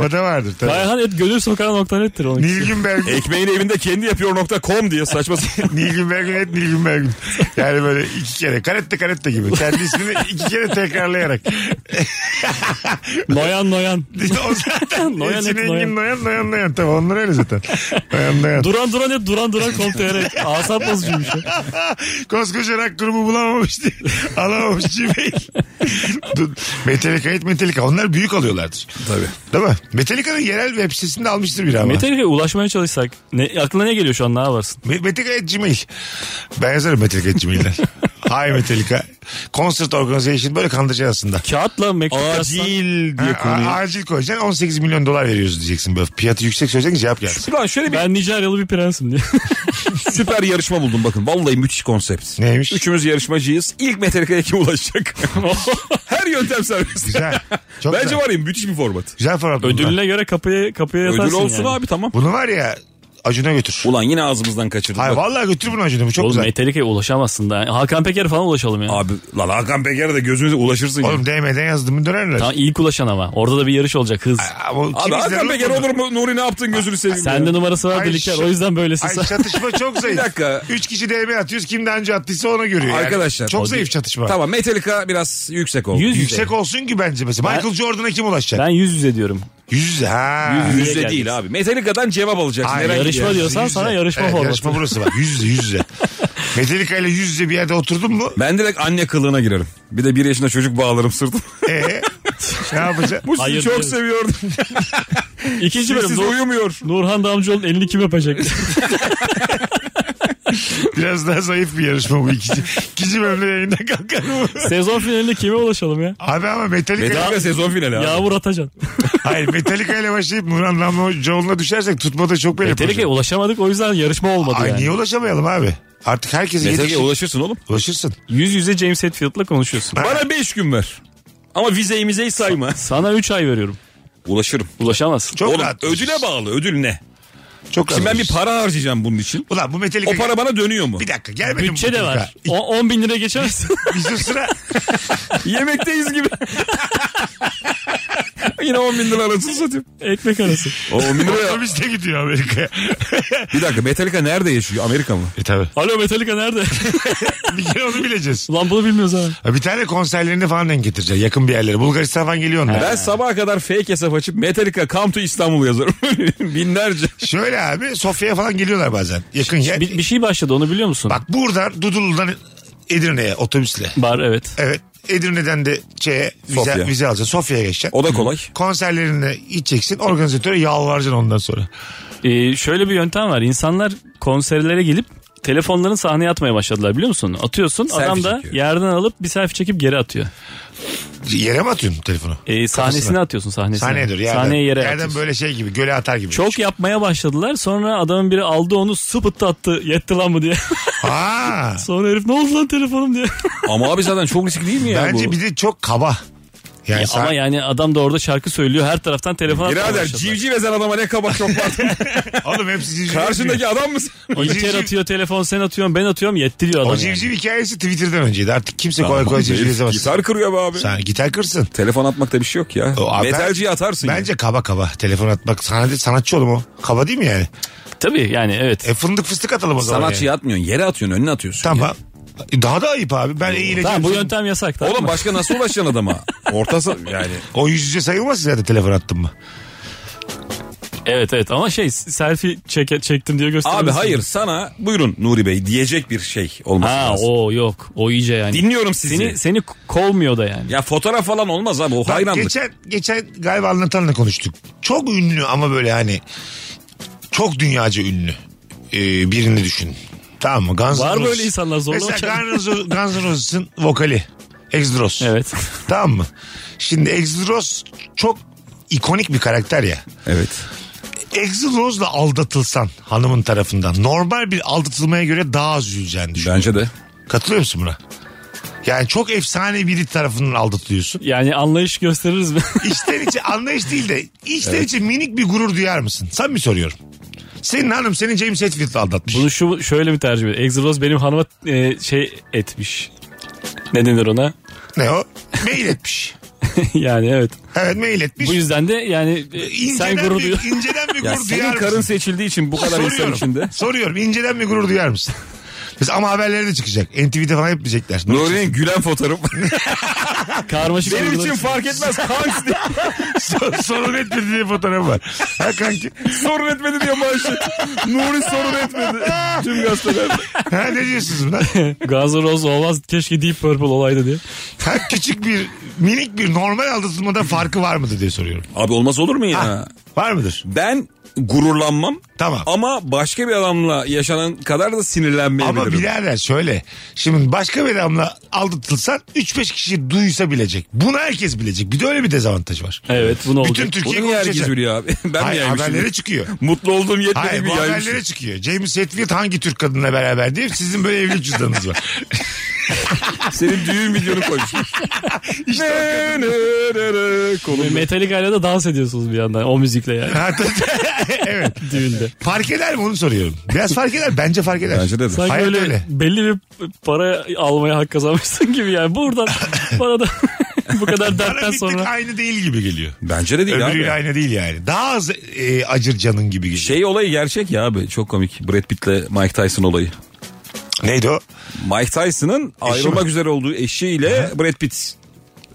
S3: o da vardır tabii.
S4: Kayahan et gönül sokağı.net'tir onun.
S3: Nilgün Belgün.
S5: Ekmeğini evinde kendi yapıyor nokta com diye saçma sapan.
S3: Nilgün Belgün et Nilgün Belgün. Yani böyle iki kere. Karette karette gibi. Kendi ismini iki kere tekrarlayarak.
S4: Noyan noyan.
S3: o zaten.
S4: Noyan
S3: Noyan
S4: et
S3: Noyan. Noyan Noyan Noyan. Tabii onlar öyle zaten. Noyan Noyan.
S4: Duran duran et duran duran kom.tr. Asap bozucuymuş. ya.
S3: Koskoca rock grubu bulamamış diye. Alamamış Gmail. Dur, Metallica et Metallica. Onlar büyük alıyorlardır.
S5: Tabii.
S3: Değil mi? Metallica'nın yerel web sitesinde almıştır biri ama.
S4: Metallica'ya ulaşmaya çalışsak. Ne, aklına ne geliyor şu an ne yaparsın?
S3: Me- Metallica at Gmail. Ben yazarım Metallica at Gmail'den. Hi Metallica. Concert Organization böyle kandıracak aslında.
S4: Kağıtla mektup yazsan.
S5: Acil diye
S3: Ha, a-
S5: konuyu.
S3: acil koyacaksın 18 milyon dolar veriyoruz diyeceksin. Böyle fiyatı yüksek söyleyeceksin cevap gelsin.
S5: Ulan şöyle bir
S4: Ben Nijeryalı bir prensim diye.
S5: süper yarışma buldum bakın. Vallahi müthiş konsept.
S3: Neymiş?
S5: Üçümüz yarışmacıyız. İlk Metallica'ya kim ulaşacak? Her yöntem serbest.
S3: Güzel. Çok
S5: Bence
S3: güzel.
S5: var ya müthiş bir format.
S3: Güzel format. Ödüllü.
S4: Ödülüne göre kapıya, kapıya yatarsın
S5: Ödül olsun
S4: yani.
S5: abi tamam.
S3: Bunu var ya Acun'a götür.
S5: Ulan yine ağzımızdan kaçırdık.
S3: Hayır
S5: Bak,
S3: vallahi götür bunu Acun'a bu çok
S4: Oğlum
S3: güzel.
S4: Metallica'ya ulaşamazsın da. Hakan Peker falan ulaşalım ya.
S5: Abi lan Hakan Peker'e de gözümüze ulaşırsın. ya.
S3: Oğlum DM'den yazdım mı dönerler.
S4: Tamam ilk ulaşan ama. Orada da bir yarış olacak hız.
S3: Ama kim
S5: Abi Hakan
S3: izler
S5: Peker
S3: oğlum bunu?
S5: olur mu? Nuri ne yaptın gözünü seveyim.
S4: Sende
S5: ya.
S4: numarası var
S3: Ay
S4: delikler.
S3: şu-
S4: O yüzden böylesin
S3: Ay
S4: sen.
S3: çatışma çok zayıf.
S5: Bir dakika.
S3: Üç kişi DM atıyoruz. Kim daha önce attıysa ona görüyor. yani.
S5: Arkadaşlar.
S3: Çok
S5: O
S3: zayıf çatışma.
S5: Tamam Metallica biraz yüksek oldu.
S4: Yüz-
S3: Yüksek olsun ki bence mesela. Michael Jordan'a kim ulaşacak?
S4: Ben yüz yüze diyorum.
S3: Yüz yüze. Ha.
S4: Yüz yüze.
S5: Yüzde değil abi. Metallica'dan cevap alacaksın.
S3: Ay,
S5: herhangi bir
S4: yarışma
S5: yer.
S4: diyorsan
S3: Yüz yüze.
S4: sana yarışma formatı.
S3: Yarışma burası var. Yüz yüze yüz yüze. Metallica ile yüz yüze bir yerde oturdun mu?
S5: Ben direkt anne kılığına girerim. Bir de bir yaşında çocuk bağlarım sırtım.
S3: Ee, ne yapacaksın?
S5: Bu sizi
S4: Hayır,
S5: çok
S4: diyoruz.
S5: seviyordum.
S4: İkinci
S5: Siz
S4: bölüm
S5: siz
S4: Nur,
S5: uyumuyor.
S4: Nurhan Damcıoğlu'nun elini kim öpecek?
S3: Biraz daha zayıf bir yarışma bu ikinci. İkinci bölümde yayından kalkar mı?
S4: Sezon finalinde kime ulaşalım ya?
S3: Abi ama Metallica
S5: Metallica sezon finali abi.
S4: Yağmur Atacan.
S3: Hayır Metallica ile başlayıp Nurhan Lamboğlu'na düşersek tutmada çok böyle
S4: Metallica'ya ulaşamadık o yüzden yarışma olmadı
S3: Ay
S4: yani.
S3: niye ulaşamayalım abi? Artık herkese
S5: Metallica'ya
S3: yetişir.
S5: ulaşırsın oğlum.
S3: ulaşırsın.
S4: Yüz yüze James Hetfield'la konuşuyorsun.
S5: Bana 5 gün ver. Ama vizeyi mizeyi sayma.
S4: Sana 3 ay veriyorum.
S5: Ulaşırım.
S4: Ulaşamazsın.
S3: Çok
S5: Oğlum
S3: rahat.
S5: ödüle bağlı. Ödül ne?
S3: Çok
S5: Şimdi ben bir
S3: rahat.
S5: para harcayacağım bunun için.
S3: Ulan bu Metallica...
S5: O para bana dönüyor mu?
S3: Bir dakika gelmedim.
S4: Bütçe de var. 10 bin lira geçersin.
S3: Bizim sıra...
S5: Yemekteyiz gibi. Yine 10 bin lira arasını satayım.
S4: Ekmek arası.
S5: O 10 bin lira.
S3: Otobüs de gidiyor Amerika'ya.
S5: Bir dakika Metallica nerede yaşıyor? Amerika mı?
S3: e tabi.
S4: Alo Metallica nerede?
S3: Bir kere onu bileceğiz.
S4: Ulan bunu bilmiyoruz ha.
S3: Ha, Bir tane konserlerini falan denk getirecek. Yakın bir yerlere. Bulgaristan falan geliyor onlar.
S5: Ben sabaha kadar fake hesap açıp Metallica Come to İstanbul yazarım. Binlerce.
S3: Şöyle abi Sofya'ya falan geliyorlar bazen. Yakın yer.
S4: Bir, bir şey başladı onu biliyor musun?
S3: Bak buradan Dudullu'dan Edirne'ye otobüsle.
S4: Bar evet.
S3: Evet. Edirne'den de şeye vize,
S5: Sofya.
S3: vize alacaksın. Sofya'ya geçeceksin.
S5: O da kolay.
S3: Konserlerine gideceksin. Organizatöre yalvaracaksın ondan sonra.
S4: Ee, şöyle bir yöntem var. İnsanlar konserlere gelip telefonlarını sahneye atmaya başladılar biliyor musun? Atıyorsun adam da
S5: çekiyor.
S4: yerden alıp bir selfie çekip geri atıyor.
S3: Yere mi atıyorsun telefonu?
S4: Ee, sahnesine
S3: Kafasına.
S4: atıyorsun sahnesine.
S3: Sahneye dur. Yerden,
S4: Sahneye yere
S3: yerden
S4: atıyorsun.
S3: böyle şey gibi. Göle atar gibi.
S4: Çok yapmaya başladılar. Sonra adamın biri aldı onu sıpıttı attı. Yetti lan mı diye.
S3: Aa,
S4: Sonra herif ne oldu lan telefonum diye.
S5: Ama abi zaten çok riskli değil mi ya
S3: bence
S5: bu?
S3: bir de çok kaba. Yani sen-
S4: Ama yani adam da orada şarkı söylüyor. Her taraftan telefon atmaya
S5: Birader
S4: başladılar.
S5: civciv ezen adama ne kabak çok var.
S3: Oğlum hepsi civciv.
S5: Karşındaki adam mısın?
S4: O İlker
S3: civciv-
S4: atıyor telefon sen atıyorsun ben atıyorum yetti diyor adam.
S3: O
S4: yani.
S3: civciv hikayesi Twitter'dan önceydi. Artık kimse kolay kolay civciv yazamaz.
S5: Gitar kırıyor be abi.
S3: Sen gitar kırsın.
S5: Telefon atmakta bir şey yok ya.
S3: O abi-
S5: Metalciyi atarsın. ya.
S3: Bence kaba kaba. Telefon atmak sanatçı, sanatçı oğlum o. Kaba değil mi yani?
S4: Tabii yani evet.
S3: E fındık fıstık atalım o zaman. yani.
S5: Sanatçıyı atmıyorsun. Yere atıyorsun. Önüne atıyorsun. ya.
S3: Tamam. Daha da ayıp abi. Ben eğileceğim.
S4: Ee, Tamam bu yöntem yasak. Tamam
S5: Oğlum
S4: mı?
S5: başka nasıl ulaşacaksın adama? Ortası yani.
S3: O yüz yüze sayılmaz zaten telefon attın mı?
S4: Evet evet ama şey selfie çeke, çektim diye gösteriyor.
S5: Abi hayır sana buyurun Nuri Bey diyecek bir şey olması
S4: Ha
S5: lazım.
S4: o yok. O iyice yani.
S5: Dinliyorum sizi.
S4: Seni seni k- kovmuyor da yani.
S5: Ya fotoğraf falan olmaz abi o
S3: Bak,
S5: hayranlık.
S3: geçen, geçen galiba anlatanla konuştuk. Çok ünlü ama böyle hani çok dünyaca ünlü ee, birini düşün. Tamam mı? Guns N'
S4: Var
S3: Roses.
S4: böyle insanlar, zorlama
S3: Mesela
S4: kendini.
S3: Guns N' Roses- Guns N' Roses'ın vokali. Exdros.
S4: Evet.
S3: Tamam mı? Şimdi Exdros çok ikonik bir karakter ya.
S5: Evet.
S3: Exdros'la aldatılsan hanımın tarafından normal bir aldatılmaya göre daha az üzüleceğini düşünüyorum.
S5: Bence de.
S3: Katılıyor musun buna? Yani çok efsane biri tarafından aldatılıyorsun.
S4: Yani anlayış gösteririz mi?
S3: İçten içe anlayış değil de içten içe minik bir gurur duyar mısın? Sen mi soruyorum? Senin hanım seni James Hetfield'la aldatmış.
S4: Bunu şu şöyle bir tercüme. Exodus benim hanıma e, şey etmiş. Ne denir ona?
S3: Ne o? Mail etmiş.
S4: yani evet.
S3: Evet mail etmiş.
S4: Bu yüzden de yani e, sen
S3: İnceden
S4: gurur
S3: bir,
S4: duyuyor.
S3: inceden bir
S5: Ya
S3: gurur
S5: senin
S3: duyar
S5: karın
S3: mısın?
S5: seçildiği için bu kadar insan içinde.
S3: Soruyorum. Soruyorum. İnceden bir gurur duyar mısın? Biz ama haberleri de çıkacak. NTV'de falan hep diyecekler.
S5: Nuri'nin gülen fotoğrafı.
S4: Karmaşık
S5: Benim
S4: duygular-
S5: için fark etmez. Kanks diye
S3: Sor- Sorun etmedi diye fotoğraf var. Ha kanki.
S5: sorun etmedi diye maaşı. Nuri sorun etmedi. Tüm gazeteler.
S3: Ha ne diyorsunuz lan?
S4: Guns N' Roses olmaz keşke Deep Purple olaydı diye.
S3: Ha küçük bir minik bir normal aldatılmada farkı var mıdır diye soruyorum.
S5: Abi olmaz olur mu ya?
S3: Ha, var mıdır?
S5: Ben gururlanmam.
S3: Tamam.
S5: Ama başka bir adamla yaşanan kadar da
S3: Ama
S5: sinirlenmeyebilirim.
S3: birader şöyle. Şimdi başka bir adamla aldatılsan 3-5 kişi duysa bilecek. Bunu herkes bilecek. Bir de öyle bir dezavantaj var.
S4: Evet bu ne olacak?
S3: Bütün Türkiye
S5: Bunu niye herkes
S3: konuşacak.
S5: biliyor abi? Ben mi
S3: Hayır,
S5: yaymışım?
S3: haberlere çıkıyor.
S5: Mutlu olduğum yetmedi
S3: Hayır
S5: mi
S3: bu
S5: yaymışım?
S3: haberlere çıkıyor. James Hetfield hangi Türk kadınla beraber diye sizin böyle evlilik cüzdanınız var.
S5: Senin düğün videonu koymuşum.
S3: işte o kadın.
S4: Ve Metallica ile de dans ediyorsunuz bir yandan o müzikle yani
S3: Ha, tabii. evet.
S4: düğünde.
S3: Fark eder mi onu soruyorum. Biraz fark eder. Bence fark eder.
S5: Bence de.
S4: Sanki
S3: Hayat
S4: böyle
S3: öyle.
S4: belli bir para almaya hak kazanmışsın gibi yani. Buradan bana da bu
S3: Bana
S4: kadar dertten
S3: bir tık
S4: sonra.
S3: aynı değil gibi geliyor.
S5: Bence de değil
S3: Öbürüyle
S5: abi.
S3: aynı değil yani. Daha az e, acır canın gibi geliyor.
S5: Şey olayı gerçek ya abi. Çok komik. Brad Pitt'le Mike Tyson olayı.
S3: Neydi o?
S5: Mike Tyson'ın ayrılmak
S3: mi?
S5: üzere olduğu eşiyle Brad Pitt.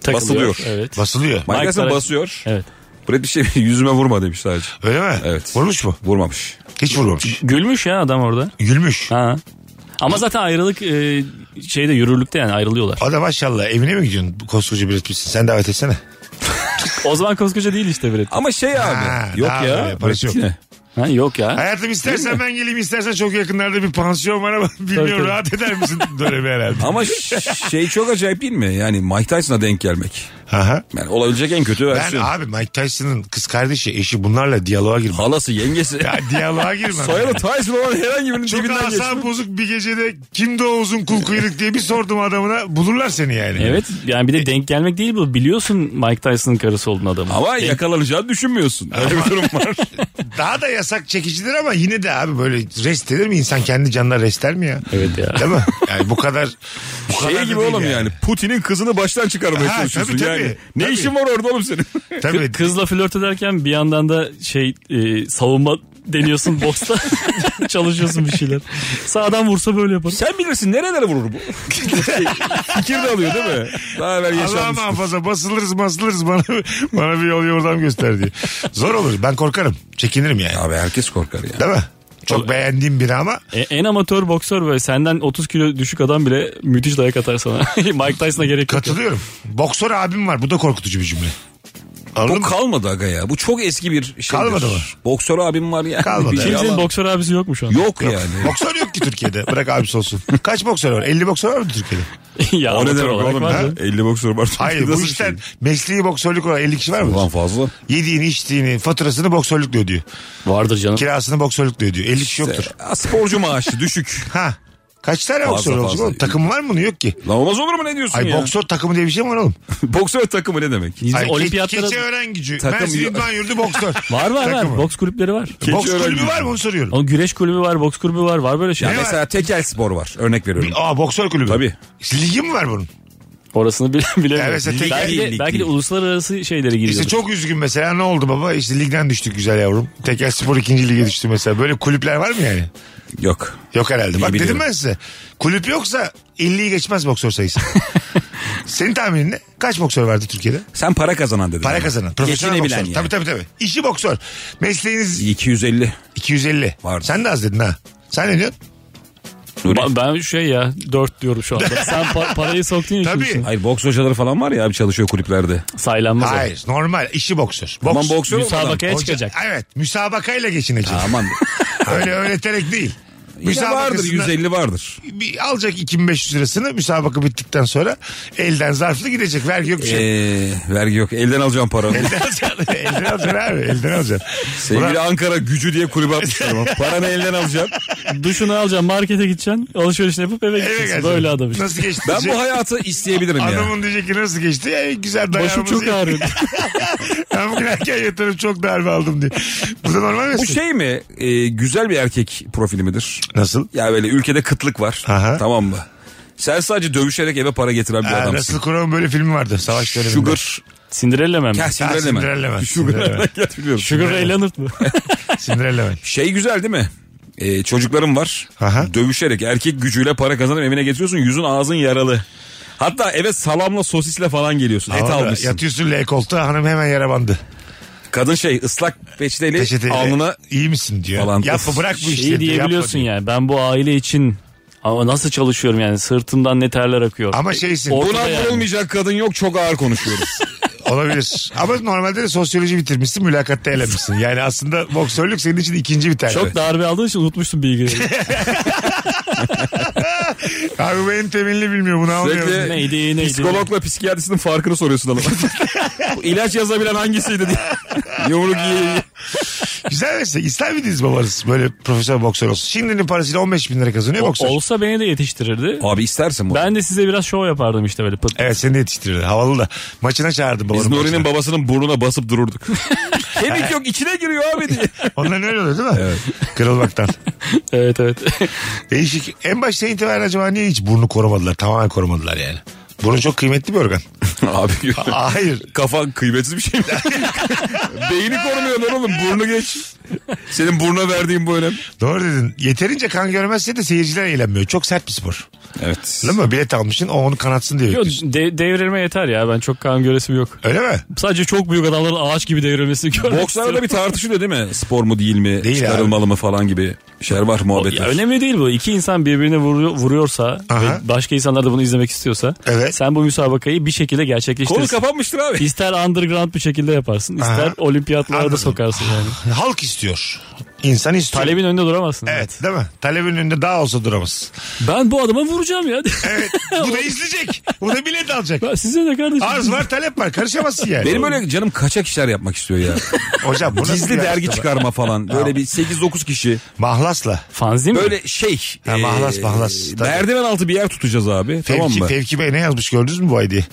S4: Takılıyor.
S5: basılıyor.
S4: Evet.
S3: Basılıyor.
S5: Mike, Tyson
S4: Tyson-
S5: basıyor.
S4: Evet.
S5: Brad Pitt şey yüzüme vurma demiş sadece.
S3: Öyle mi?
S5: Evet.
S3: Vurmuş mu?
S5: Vurmamış.
S3: Hiç vurmamış.
S4: Gülmüş ya adam orada.
S3: Gülmüş.
S4: Ha. Ama zaten ayrılık e, şeyde yürürlükte yani ayrılıyorlar.
S3: O da maşallah evine mi gidiyorsun Bu koskoca bir etmişsin sen davet etsene.
S4: O zaman koskoca değil işte Brad Pitt.
S5: Ama şey abi.
S3: Ha,
S5: yok
S3: daha
S5: ya.
S3: böyle parası yok.
S5: Ne?
S4: Ha, yok ya.
S3: Hayatım istersen ben geleyim istersen çok yakınlarda bir pansiyon var ama bilmiyorum
S4: tabii.
S3: rahat eder misin dönemi herhalde.
S5: Ama ş- şey çok acayip değil mi? Yani Mike Tyson'a denk gelmek.
S3: Aha.
S5: Yani olabilecek en kötü
S3: Ben
S5: versiyon.
S3: abi Mike Tyson'ın kız kardeşi eşi bunlarla diyaloğa girmem.
S5: Halası, yengesi.
S3: Ya diyaloğa girmem.
S5: Soyadı Tyson olan herhangi birinin
S3: Çok
S5: dibinden geçtim.
S3: asam bozuk bir gecede kimde o uzun kul kuyruk diye bir sordum adamına bulurlar seni yani.
S4: Evet yani bir de denk gelmek değil bu. Biliyorsun Mike Tyson'ın karısı olduğunu adamı.
S5: E- Ama yakalanacağını düşünmüyorsun. Öyle bir durum var.
S3: Daha da yasak çekicidir ama yine de abi böyle rest eder mi insan kendi canına rest eder mi ya?
S4: Evet ya.
S3: Değil mi? Yani bu kadar bu kadar da
S5: şey gibi
S3: değil
S5: oğlum yani. Putin'in kızını baştan çıkarmaya
S3: Ha,
S5: çalışıyorsun.
S3: tabii,
S5: yani.
S3: tabii.
S5: Ne
S3: Tabii.
S5: işin var orada oğlum senin?
S3: Tabii.
S4: Kızla flört ederken bir yandan da şey e, savunma deniyorsun boksta çalışıyorsun bir şeyler. Sağdan vursa böyle yaparım.
S5: Sen bilirsin nerelere vurur bu. Şey, Fikir de alıyor değil mi? Daha evvel
S3: Allah
S5: yaşanmış.
S3: muhafaza basılırız basılırız bana bana bir yol yordam göster diye. Zor olur ben korkarım çekinirim yani
S5: Abi herkes korkar ya.
S3: değil mi? Çok beğendiğim biri ama
S4: E, en amatör boksör böyle senden 30 kilo düşük adam bile müthiş dayak atar sana. Mike Tyson'a gerek yok.
S3: katılıyorum. Boksör abim var bu da korkutucu bir cümle. Anladın
S5: Bu
S3: mı?
S5: kalmadı aga ya. Bu çok eski bir şeydir.
S3: Kalmadı mı?
S5: Boksör abim var yani.
S3: Kalmadı.
S5: Bir
S3: Kimsenin
S5: yalan.
S4: Kimsenin boksör abisi yok mu şu an?
S5: Yok yani.
S3: Boksör yok ki Türkiye'de. Bırak abisi olsun. Kaç boksör var? 50 boksör var mı Türkiye'de?
S4: ya
S5: O ne
S4: amatör
S5: demek
S4: olarak
S5: oğlum?
S4: var
S5: ha?
S4: ya.
S5: 50 boksör var.
S3: Hayır bu
S5: Nasıl bir
S3: işten
S5: şey?
S3: mesleği boksörlük olan 50 kişi var mı?
S5: Ulan fazla.
S3: Yediğini içtiğini faturasını boksörlükle ödüyor.
S4: Vardır canım.
S3: Kirasını boksörlükle ödüyor. 50 kişi yoktur.
S5: Ya, Sporcu maaşı düşük.
S3: Ha. Kaç tane
S5: Fazla,
S3: boksör olacak
S5: fazla.
S3: oğlum? Takım var mı bunun? Yok ki.
S5: Lan olmaz olur mu ne diyorsun
S3: Ay
S5: ya?
S3: boksör takımı diye bir şey mi var oğlum?
S5: boksör takımı ne demek?
S4: Biz
S3: Ay,
S4: olimpiyatlara...
S3: Ke- keçi öğren gücü.
S5: Takım-
S3: Mersin İdman Yurdu boksör.
S4: Var var
S3: Takımı.
S4: var. Boks kulüpleri var.
S5: Keçi
S3: Boks
S5: öğren
S3: kulübü
S5: gücü.
S3: var mı onu soruyorum.
S4: Ama güreş kulübü var, boks kulübü var. Var böyle şey.
S5: Ya mesela tekel spor var. Örnek veriyorum.
S3: Aa boksör kulübü.
S5: Tabii.
S3: Ligi mi var bunun?
S4: Orasını bile bilemiyorum.
S3: Evet, mesela tek-
S4: belki,
S5: Lig değil,
S4: de,
S5: lig
S4: belki de
S5: değil.
S4: uluslararası şeylere giriyor.
S3: İşte çok üzgün mesela ne oldu baba? İşte ligden düştük güzel yavrum. Tekel Spor ikinci lige düştü mesela. Böyle kulüpler var mı yani?
S5: Yok.
S3: Yok herhalde. Bak
S5: biliyorum.
S3: dedim ben size. Kulüp yoksa 50'yi geçmez boksör sayısı. Senin tahminin ne? Kaç boksör vardı Türkiye'de?
S5: Sen para kazanan dedin. Hani
S3: Para
S5: ama.
S3: kazanan. Profesyonel boksör.
S5: Geçinebilen
S3: Yani.
S5: yani.
S3: Tabii tabii tabii. İşi boksör. Mesleğiniz
S5: 250.
S3: 250.
S5: Vardı.
S3: Sen de az dedin ha. Sen ne diyorsun?
S5: Nuri.
S4: Ba- Ben şey ya 4 diyorum şu anda. Sen pa- parayı soktun ya
S3: Tabii.
S4: şimdi. üstüne.
S5: Hayır boks hocaları falan var ya abi çalışıyor kulüplerde.
S4: Saylanmaz. o.
S3: Hayır. Normal. işi boksör. Boks.
S5: Aman boksör olmadan.
S4: Müsabakaya
S3: Hoca-
S4: çıkacak.
S3: Evet. Müsabakayla geçinecek.
S5: Aman.
S3: Öyle öğreterek değil.
S5: Yine vardır
S3: Müsabakasında
S5: 150 vardır.
S3: bir alacak 2500 lirasını müsabaka bittikten sonra elden zarflı gidecek. Vergi yok bir şey.
S5: Ee, vergi yok. Elden alacağım paranı.
S3: Elden alacaksın. elden alacaksın abi. Elden alacaksın.
S5: Sevgili Ankara gücü diye kulübe atmışlar ama. Paranı elden alacağım.
S4: Duşunu alacaksın, markete gideceksin, alışverişini yapıp eve
S3: Eve
S4: gideceksin.
S3: geleceksin.
S4: Böyle adam işte.
S3: Nasıl geçti?
S5: Ben
S3: diyecek.
S5: bu hayatı isteyebilirim ya.
S3: Adamın diyecek ki Şey- nasıl geçti? Ya, güzel dayanımız.
S4: Başım çok ağrıyor.
S3: ben bugün erken yatarım çok darbe aldım diye. Bu da normal mi?
S5: Bu şey mi? Ee, güzel bir erkek profili midir?
S3: Nasıl?
S5: Ya böyle ülkede kıtlık var.
S3: Aha.
S5: Tamam mı? Sen sadece dövüşerek eve para getiren bir
S3: Aa,
S5: adamsın.
S3: Russell Crowe'un böyle filmi vardı. Savaş döneminde.
S5: Sugar.
S4: Cinderella Man mi?
S5: Ya Cinderella Man.
S3: Cinderella Man.
S5: Sugar. Hatırlıyorum.
S4: Sugar Ray Leonard mı?
S3: Cinderella Man.
S5: Şey güzel değil mi? Ee, çocuklarım var.
S3: Aha.
S5: Dövüşerek erkek gücüyle para kazanıp evine getiriyorsun. Yüzün ağzın yaralı. Hatta eve salamla sosisle falan geliyorsun. Et
S3: Havada
S5: almışsın.
S3: Yatıyorsun L koltuğa hanım hemen yara bandı.
S5: Kadın şey ıslak peçeteyle
S3: Peçeteyle
S5: alnına
S3: iyi misin diyor.
S5: Falan.
S3: Yapma bırak bu işleri.
S4: Şeyi
S3: yapma
S4: diyebiliyorsun
S3: diyor.
S4: yani ben bu aile için ama nasıl çalışıyorum yani sırtımdan ne terler akıyor.
S5: E,
S3: Ama şeysin
S4: Ortada
S5: buna
S4: yani.
S5: vurulmayacak kadın yok çok ağır konuşuyoruz.
S3: olabilir. Ama normalde de sosyoloji bitirmişsin mülakatta elenmişsin. Yani aslında boksörlük senin için ikinci bir tercih.
S4: Çok darbe aldığın için unutmuşsun bilgileri.
S3: Abi bu en temelini bilmiyor bunu anlıyorum.
S5: Sürekli
S4: neydi neydi?
S5: psikologla psikiyatristin farkını soruyorsun adama. Bu İlaç yazabilen hangisiydi diye. Yumruk yiye yiye.
S3: Güzel meslek. İster miydiniz babanız böyle profesyonel boksör olsun? Şimdinin parasıyla 15 bin lira kazanıyor boksör.
S4: Olsa beni de yetiştirirdi.
S5: Abi istersen bu.
S4: Ben de size biraz şov yapardım işte böyle pıt.
S3: Evet seni de yetiştirirdi. Havalı da. Maçına çağırdı babanı.
S5: Biz
S3: maçına.
S5: Nuri'nin babasının burnuna basıp dururduk. Kemik yok içine giriyor abi diye.
S3: Onların öyle oluyor değil mi? Kırılmaktan.
S4: Evet evet.
S3: Değişik. En başta itibaren acaba niye hiç burnu korumadılar? Tamamen korumadılar yani. Burun çok kıymetli bir organ.
S5: abi
S3: Hayır.
S5: Kafan kıymetsiz bir şey mi? Beyni korumuyor lan oğlum burnu geç. Senin buruna verdiğin bu önem.
S3: Doğru dedin. Yeterince kan görmezse de seyirciler eğlenmiyor. Çok sert bir spor.
S5: Evet.
S3: Değil mi? Bilet almışsın o onu kanatsın diye
S4: Yok,
S3: bekliyorsun.
S4: de- devrilme yeter ya ben çok kan göresim yok.
S3: Öyle mi?
S4: Sadece çok büyük adamların ağaç gibi devrilmesini görmek
S5: Bokslarda da bir tartışılıyor değil mi? Spor mu değil mi?
S3: Değil
S5: çıkarılmalı mı falan gibi şeyler var muhabbet
S4: Ya
S5: var.
S4: önemli değil bu. İki insan birbirine vuruyor- vuruyorsa
S3: Aha.
S4: ve başka insanlar da bunu izlemek istiyorsa
S3: Evet.
S4: sen bu müsabakayı bir şekilde
S5: Konu
S4: gerçekleştirirsin.
S5: kapanmıştır abi.
S4: İster underground bir şekilde yaparsın, ister
S3: Aha.
S4: olimpiyatlara
S3: Anladım.
S4: da sokarsın yani.
S3: Halk istiyor. İnsan istiyor.
S4: Talebin önünde duramazsın.
S3: Evet değil mi? Talebin önünde daha olsa duramaz.
S4: Ben bu adama vuracağım ya.
S3: Evet. Bu da izleyecek. Bu da bilet alacak.
S4: Ben size ne kardeşim?
S3: Arz var talep var. Karışamazsın yani.
S5: Benim öyle canım kaçak işler yapmak istiyor ya.
S3: Hocam bu nasıl
S5: Gizli
S3: bir
S5: dergi
S3: araştırma?
S5: çıkarma falan. Böyle bir 8-9 kişi.
S3: Mahlasla.
S4: Fanzin mi?
S5: Böyle şey.
S3: Ha, mahlas, mahlas. Tabii.
S5: Merdiven altı bir yer tutacağız abi.
S3: Fevki,
S5: tamam mı?
S3: Fevki Bey ne yazmış gördünüz mü bu ID'yi?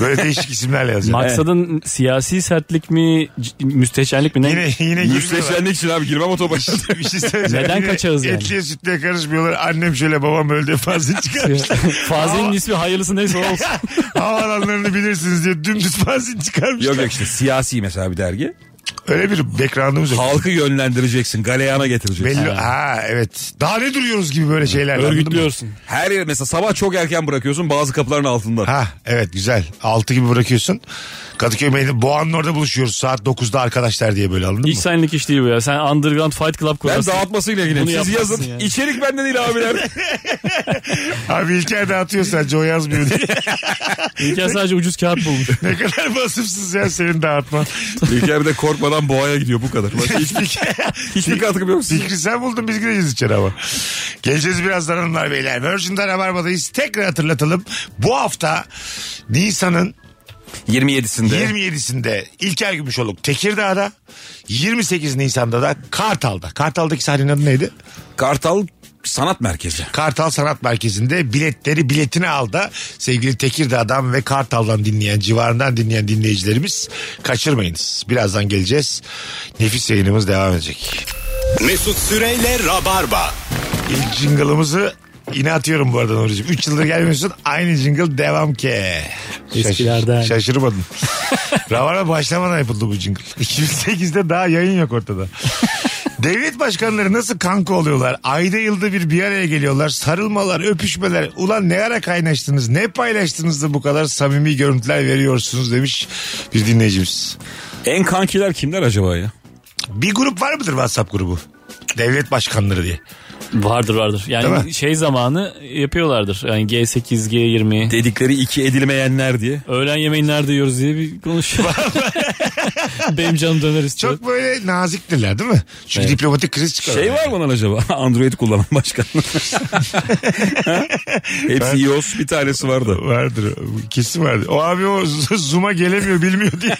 S3: Böyle değişik isimlerle yazıyor.
S4: Maksadın siyasi sertlik mi, c- müstehcenlik mi ne?
S3: Yine yine girmiyorlar.
S5: Müsteşlenmek için abi girmem otobaş.
S3: bir şey söyleyeceğim.
S4: Neden
S3: Yine
S4: kaçağız yani?
S3: Etliye sütlüye karışmıyorlar. Annem şöyle babam öldü fazla çıkarmışlar.
S4: Fanzinin
S3: Hava-
S4: ismi hayırlısı neyse o olsun.
S3: Havalanlarını bilirsiniz diye dümdüz fanzin çıkarmışlar.
S5: Yok yok işte siyasi mesela bir dergi.
S3: Öyle bir background'umuz yok.
S5: Halkı yönlendireceksin, galeyana getireceksin.
S3: Belli, ha evet. Daha ne duruyoruz gibi böyle şeyler. anladın mı?
S4: Örgütlüyorsun.
S5: Her yer mesela sabah çok erken bırakıyorsun bazı kapıların altında.
S3: Ha evet güzel. Altı gibi bırakıyorsun. Kadıköy meydanı Boğan'ın orada buluşuyoruz. Saat 9'da arkadaşlar diye böyle alındın
S4: Hiç
S3: mı?
S4: senlik iş değil bu ya. Sen underground fight club
S5: Ben
S4: kurarsın.
S5: dağıtmasıyla ilgilenirim.
S4: Bunu
S5: Siz
S4: yapmazsın
S5: yazın.
S4: yani.
S5: İçerik bende değil abiler.
S3: Abi İlker dağıtıyor sence o yazmıyor diye.
S4: İlker sadece ucuz kağıt bulmuş.
S3: ne kadar basımsız ya senin dağıtman.
S5: İlker bir de korkmadan boğaya gidiyor bu kadar. Başka hiçbir, hiçbir katkım yok. size.
S3: Fikri sen buldun biz gireceğiz içeri ama. Geleceğiz birazdan hanımlar beyler. Virgin'den Rabarba'dayız. Tekrar hatırlatalım. Bu hafta Nisan'ın
S5: 27'sinde.
S3: 27'sinde İlker Gümüşoluk Tekirdağ'da 28 Nisan'da da Kartal'da. Kartal'daki sahnenin adı neydi?
S5: Kartal Sanat Merkezi.
S3: Kartal Sanat Merkezi'nde biletleri biletini al da sevgili Tekirdağ'dan ve Kartal'dan dinleyen civarından dinleyen dinleyicilerimiz kaçırmayınız. Birazdan geleceğiz. Nefis yayınımız devam edecek.
S2: Mesut Süreyle Rabarba.
S3: İlk jingle'ımızı yine atıyorum bu arada Nuri'cim. 3 yıldır gelmiyorsun aynı jingle devam ki. Şaş-
S4: Eskilerden.
S3: şaşırmadın. Ravar'a başlamadan yapıldı bu jingle. 2008'de daha yayın yok ortada. Devlet başkanları nasıl kanka oluyorlar? Ayda yılda bir bir araya geliyorlar. Sarılmalar, öpüşmeler. Ulan ne ara kaynaştınız? Ne paylaştınız da bu kadar samimi görüntüler veriyorsunuz demiş bir dinleyicimiz.
S5: En kankiler kimler acaba ya?
S3: Bir grup var mıdır WhatsApp grubu? Devlet başkanları diye.
S4: Vardır vardır.
S3: Değil
S4: Yani
S3: mi?
S4: şey zamanı yapıyorlardır. Yani G8, G20.
S5: Dedikleri iki edilmeyenler diye.
S4: Öğlen yemeğini nerede yiyoruz diye bir konuşuyor. Benim canım döner istiyor.
S3: Çok böyle naziktirler değil mi? Çünkü diplomatik kriz çıkar.
S5: Şey var mı lan acaba? Android kullanan başkan. Ha? Hepsi iOS bir tanesi vardı.
S3: Vardır. Kesin vardır. O abi o z- Zoom'a gelemiyor bilmiyor diye.